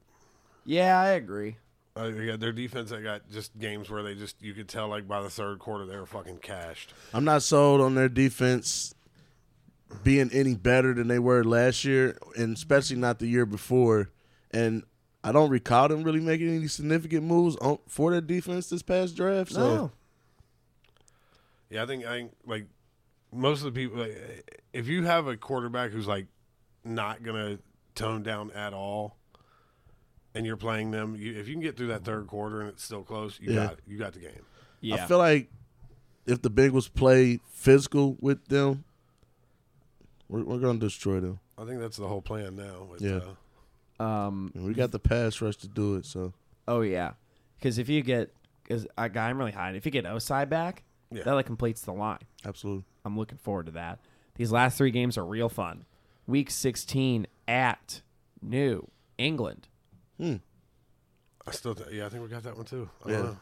G: Yeah, I agree.
F: uh, they got their defense, they got just games where they just you could tell like by the third quarter they were fucking cashed.
H: I'm not sold on their defense being any better than they were last year, and especially not the year before. And I don't recall them really making any significant moves on, for their defense this past draft. So
G: No.
F: Yeah, I think I think like most of the people, like, if you have a quarterback who's like not gonna tone down at all, and you're playing them, you, if you can get through that third quarter and it's still close, you
H: Yeah.
F: got you got the game.
G: Yeah.
H: I feel like if the Bengals play physical with them, we're, we're going to destroy them.
F: I think that's the whole plan now. With,
H: Yeah.
F: uh,
G: um.
H: And we got the pass rush to do it. So
G: Oh yeah. Because if you get, because I I'm really high. If you get Osai back,
F: Yeah.
G: that like completes the line.
H: absolutely,
G: I'm looking forward to that. These last three games are real fun. Week 16 at New England.
F: I still, th- yeah, I think we got that one too. I
H: Yeah.
F: don't know.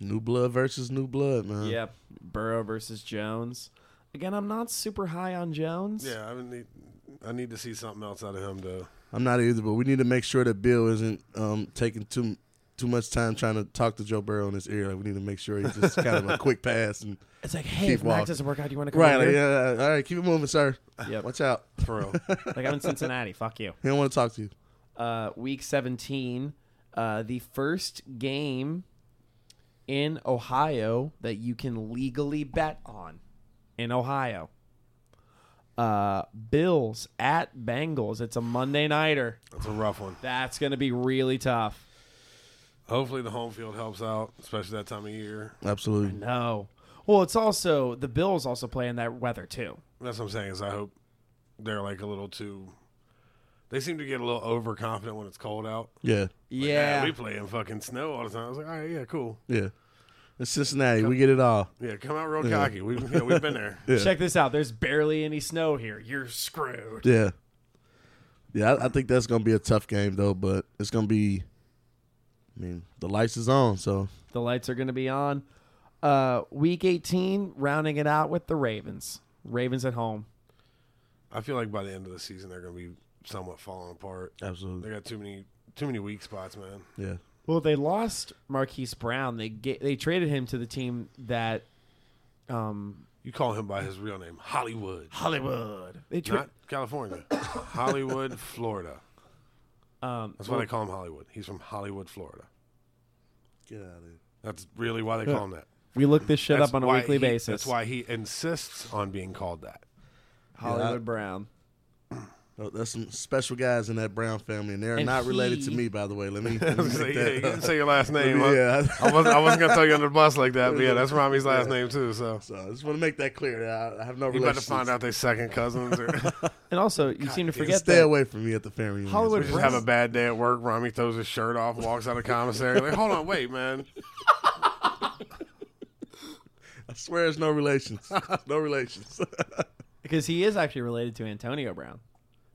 H: new blood versus new blood, man.
G: Yep. Burrow versus Jones. Again, I'm not super high on Jones.
F: yeah, I would need I need to see something else out of him to.
H: I'm not either, but we need to make sure that Bill isn't um, taking too too much time trying to talk to Joe Burrow in his ear. Like we need to make sure he's just kind of a quick pass and
G: It's like, hey,
H: Keep
G: if Mac
H: walking.
G: doesn't work out, do you want to come
H: right.
G: over
H: Like,
G: here?
H: yeah, all right, keep it moving, sir.
G: Yep.
H: Watch out.
F: For real.
G: Like, I'm in Cincinnati. Fuck you.
H: He don't want to talk to you.
G: Uh, week 17, uh, the first game in Ohio that you can legally bet on in Ohio. Uh, Bills at Bengals. It's a Monday nighter.
F: That's a rough one.
G: That's going to be really tough.
F: Hopefully the home field helps out, especially that time of year.
H: Absolutely.
G: No. Well, it's also the Bills also play in that weather too.
F: That's what I'm saying. Is I hope they're like a little too. They seem to get a little overconfident when it's cold out.
H: Yeah.
F: Like,
G: yeah.
F: "Ah, we play in fucking snow all the time. I was like, all right, yeah, cool.
H: Yeah. It's Cincinnati. We get it all.
F: Yeah, come out real cocky. We've yeah, we've been there.
H: Yeah.
G: Check this out. There's barely any snow here. You're screwed.
H: Yeah. Yeah, I, I think that's gonna be a tough game though, but it's gonna be. I mean, the lights is on, so
G: The lights are going to be on. Uh, week 18, rounding it out with the Ravens. Ravens at home.
F: I feel like by the end of the season they're gonna be somewhat falling apart. They
H: absolutely.
F: got too many too many weak spots, man.
H: Yeah.
G: Well, they lost Marquise Brown. They ga- they traded him to the team that um,
F: You call him by his real name, Hollywood,
G: Hollywood. They tri-
F: not California, Hollywood, Florida.
G: um,
F: That's why they call him Hollywood. He's from Hollywood, Florida.
H: Get out of here.
F: That's really why they call him that.
G: we look this shit
F: That's
G: up on a
F: why
G: weekly
F: he-
G: basis.
F: That's why he insists on being called that.
G: Hollywood Brown.
H: Oh, that's some special guys in that Brown family, and they're
G: And
H: not related to
G: he-
H: me, by the way. Let me.
F: I
H: Let me
F: was gonna say,
H: make
F: yeah, you didn't
H: that.
F: say your last name. huh?
H: Yeah.
F: I wasn't, I wasn't gonna throw you under the bus like that, but yeah, that's Rami's last name too. So
H: so I just want to make that clear. That I, I have no
F: you better
H: relationship.
F: find out they second cousins, or
G: And also, you seem to forget
H: Stay
G: that
H: away from me at the family. reunions,
G: Hollywood
H: man.
F: just have a bad day at work. Rami throws his shirt off, walks out of commissary. Like, hold on, wait, man.
H: I swear, it's no relations. no relations.
G: because he is actually related to Antonio Brown.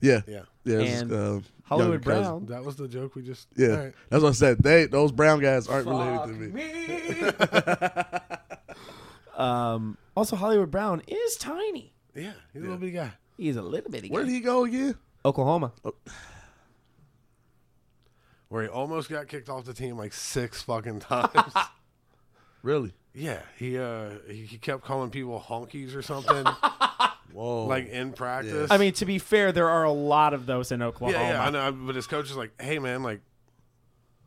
H: yeah,
F: Yeah.
H: yeah. it's,
G: And
H: uh,
G: Hollywood
H: younger cousin.
G: Brown.
F: That was the joke we just.
H: Yeah,
F: All right.
H: that's what I said. They those Brown guys aren't related to me.
G: Um, also, Hollywood Brown is tiny.
F: Yeah, he's a little bitty guy.
G: He's a little bitty.
H: Where
G: guy.
H: would he go again?
G: Oklahoma.
F: Oh. Where he almost got kicked off the team like six fucking times.
H: Really?
F: yeah, he uh he, he kept calling people honkies or something,
H: Whoa!
F: like in practice.
G: I mean, to be fair, there are a lot of those in Oklahoma.
F: Yeah, yeah, I know. But his coach is like, "Hey, man, like,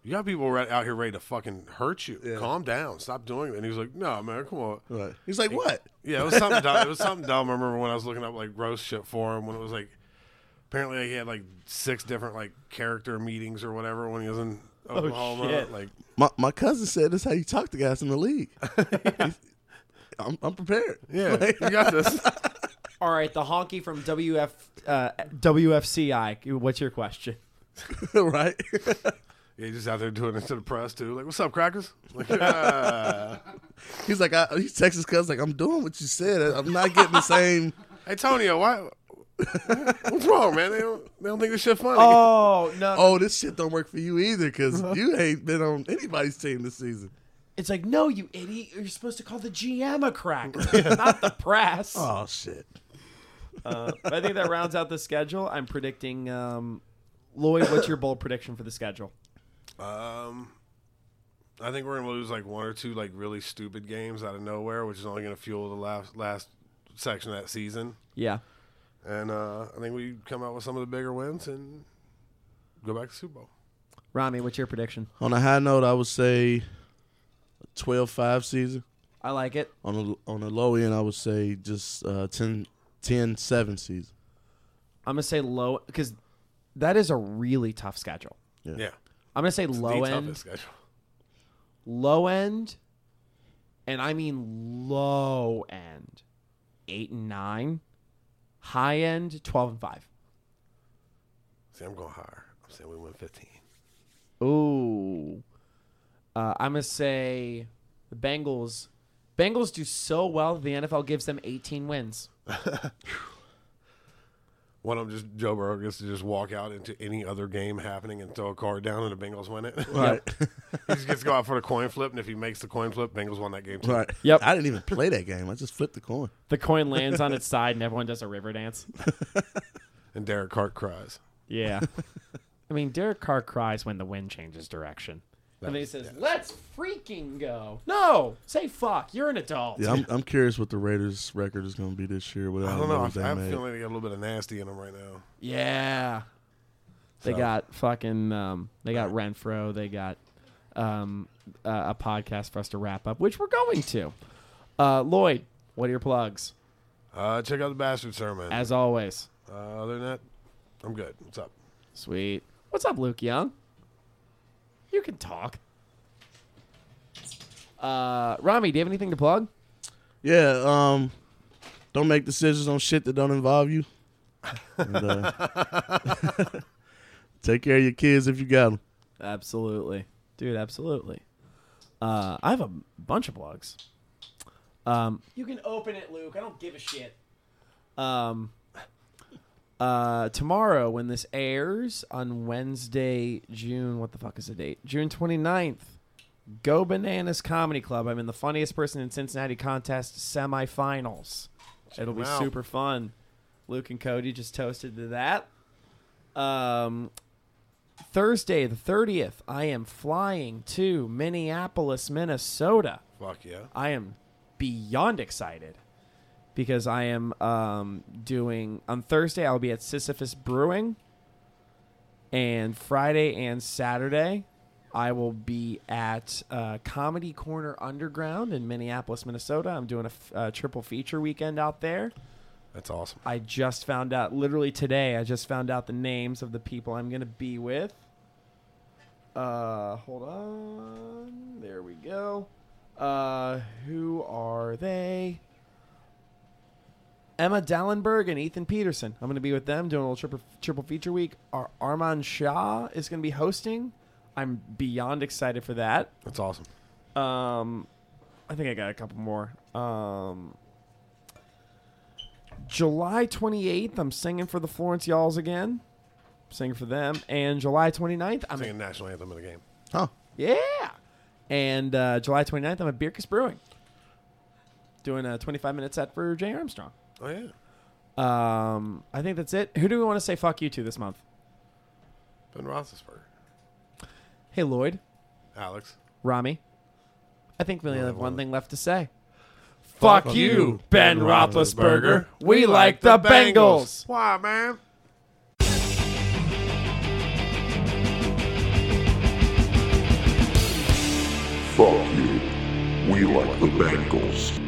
F: you got people right out here ready to fucking hurt you. Calm down. Stop doing it." And he was like, "No, man, come on."
H: Right. He's like, what?
F: Yeah, it was something dumb. It was something dumb. I remember when I was looking up like gross shit for him when it was like, apparently he had like six different like character meetings or whatever when he was in Oklahoma.
G: Oh, shit.
F: Like,
H: My my cousin said that's how you talk to guys in the league. I'm, I'm prepared.
F: yeah, you got this.
G: All right, the honky from WF uh, WFCI. What's your question?
H: right?
F: Yeah, he's just out there doing it to the press too. Like, what's up, crackers? Like, uh,
H: He's like, I, he texts his cousin like, I'm doing what you said. I'm not getting the same.
F: hey, Tonio, why? What's wrong, man? They don't, they don't think this shit funny.
G: Oh no!
H: Oh, this shit don't work for you either because
F: Uh-huh.
H: you ain't been on anybody's team this season.
G: It's like no, you idiot! You're supposed to call the GM a cracker, not the press.
H: Oh shit!
G: Uh, but I think that rounds out the schedule. I'm predicting. Um, Lloyd, what's your bold prediction for the schedule?
F: Um, I think we're gonna lose like one or two like really stupid games out of nowhere, which is only gonna fuel the last last section of that season.
G: Yeah.
F: And uh, I think we come out with some of the bigger wins and go back to Super Bowl.
G: Rami, what's your prediction?
H: On a high note, I would say 12-5 season.
G: I like it.
H: On a on a low end, I would say just uh, 10, 10-7 season.
G: I'm gonna say low because that is a really tough schedule.
F: Yeah,
G: I'm gonna say low
F: the
G: end,
F: toughest schedule.
G: low end, and I mean low end, eight and nine, high end twelve and five.
F: See, I'm going higher. I'm saying we win 15.
G: Ooh, uh, I'm gonna say the Bengals. Bengals do so well. The NFL gives them 18 wins.
F: One of them just Joe Burrow gets to just walk out into any other game happening and throw a card down, and the Bengals win it.
H: Right,
F: he just gets to go out for the coin flip, and if he makes the coin flip, Bengals won that game. Too.
H: right.
G: Yep.
H: I didn't even play that game. I just flipped the coin.
G: The coin lands on its side, and everyone does a river dance.
F: And Derek Hart cries.
G: Yeah. I mean, Derek Carr cries when the wind changes direction. and then he says, "Let's freaking go!" No, say fuck. You're an adult.
H: Yeah, I'm, I'm curious what the Raiders' record is going to be this year. Without
F: I don't know. I,
H: They
F: I have a
H: made.
F: feeling they got a little bit of nasty in them right now.
G: Yeah. They
F: So-
G: got fucking um they got Renfro, they got um uh, a podcast for us to wrap up, which we're going to. Uh Lloyd, what are your plugs?
F: Uh, check out the Bastard Sermon.
G: As always.
F: uh, other than that, I'm good. What's up?
G: Sweet. What's up, Luke Young? You can talk. Uh Rami, do you have anything to plug?
H: Yeah, um, don't make decisions on shit that don't involve you. And, uh, take care of your kids if you got them.
G: Absolutely. Dude, absolutely. Uh I have a bunch of plugs. Um You can open it, Luke. I don't give a shit. Um, uh, tomorrow, when this airs on Wednesday, June, what the fuck is the date? June 29th, Go Bananas Comedy Club. I'm in the Funniest Person in Cincinnati contest semifinals. It'll be
F: out.
G: super fun. Luke and Cody just toasted to that. Um, Thursday, the 30th, I am flying to Minneapolis, Minnesota.
F: Fuck yeah.
G: I am beyond excited. because I am um, doing on Thursday. I'll be at Sisyphus Brewing, and Friday and Saturday, I will be at uh, Comedy Corner Underground in Minneapolis, Minnesota. I'm doing a f- a triple feature weekend out there.
F: That's awesome.
G: I just found out literally today. I just found out the names of the people I'm gonna be with. Uh, hold on. There we go. Uh, who are they? Emma Dallenberg and Ethan Peterson. I'm gonna be with them doing a little triple triple feature week. Our Armand Shah is gonna be hosting. I'm beyond excited for that.
F: That's awesome.
G: Um, I think I got a couple more. Um, July 28th, I'm singing for the Florence Y'alls again. Singing for them. And July 29th, I'm
F: Singing national anthem of the game.
K: Huh.
G: yeah. And uh, July 29th, I'm at Birkus Brewing, doing a 25 minute set for Jay Armstrong.
F: Oh yeah.
G: Um, I think that's it. Who do we want to say fuck you to this month?
F: Ben Roethlisberger,
G: Hey Lloyd,
F: Alex.
G: Rami. I think we only have one thing left to say.
K: Fuck you, Ben Roethlisberger. We like the Bengals.
F: Why, man?
D: Fuck you. We like the Bengals.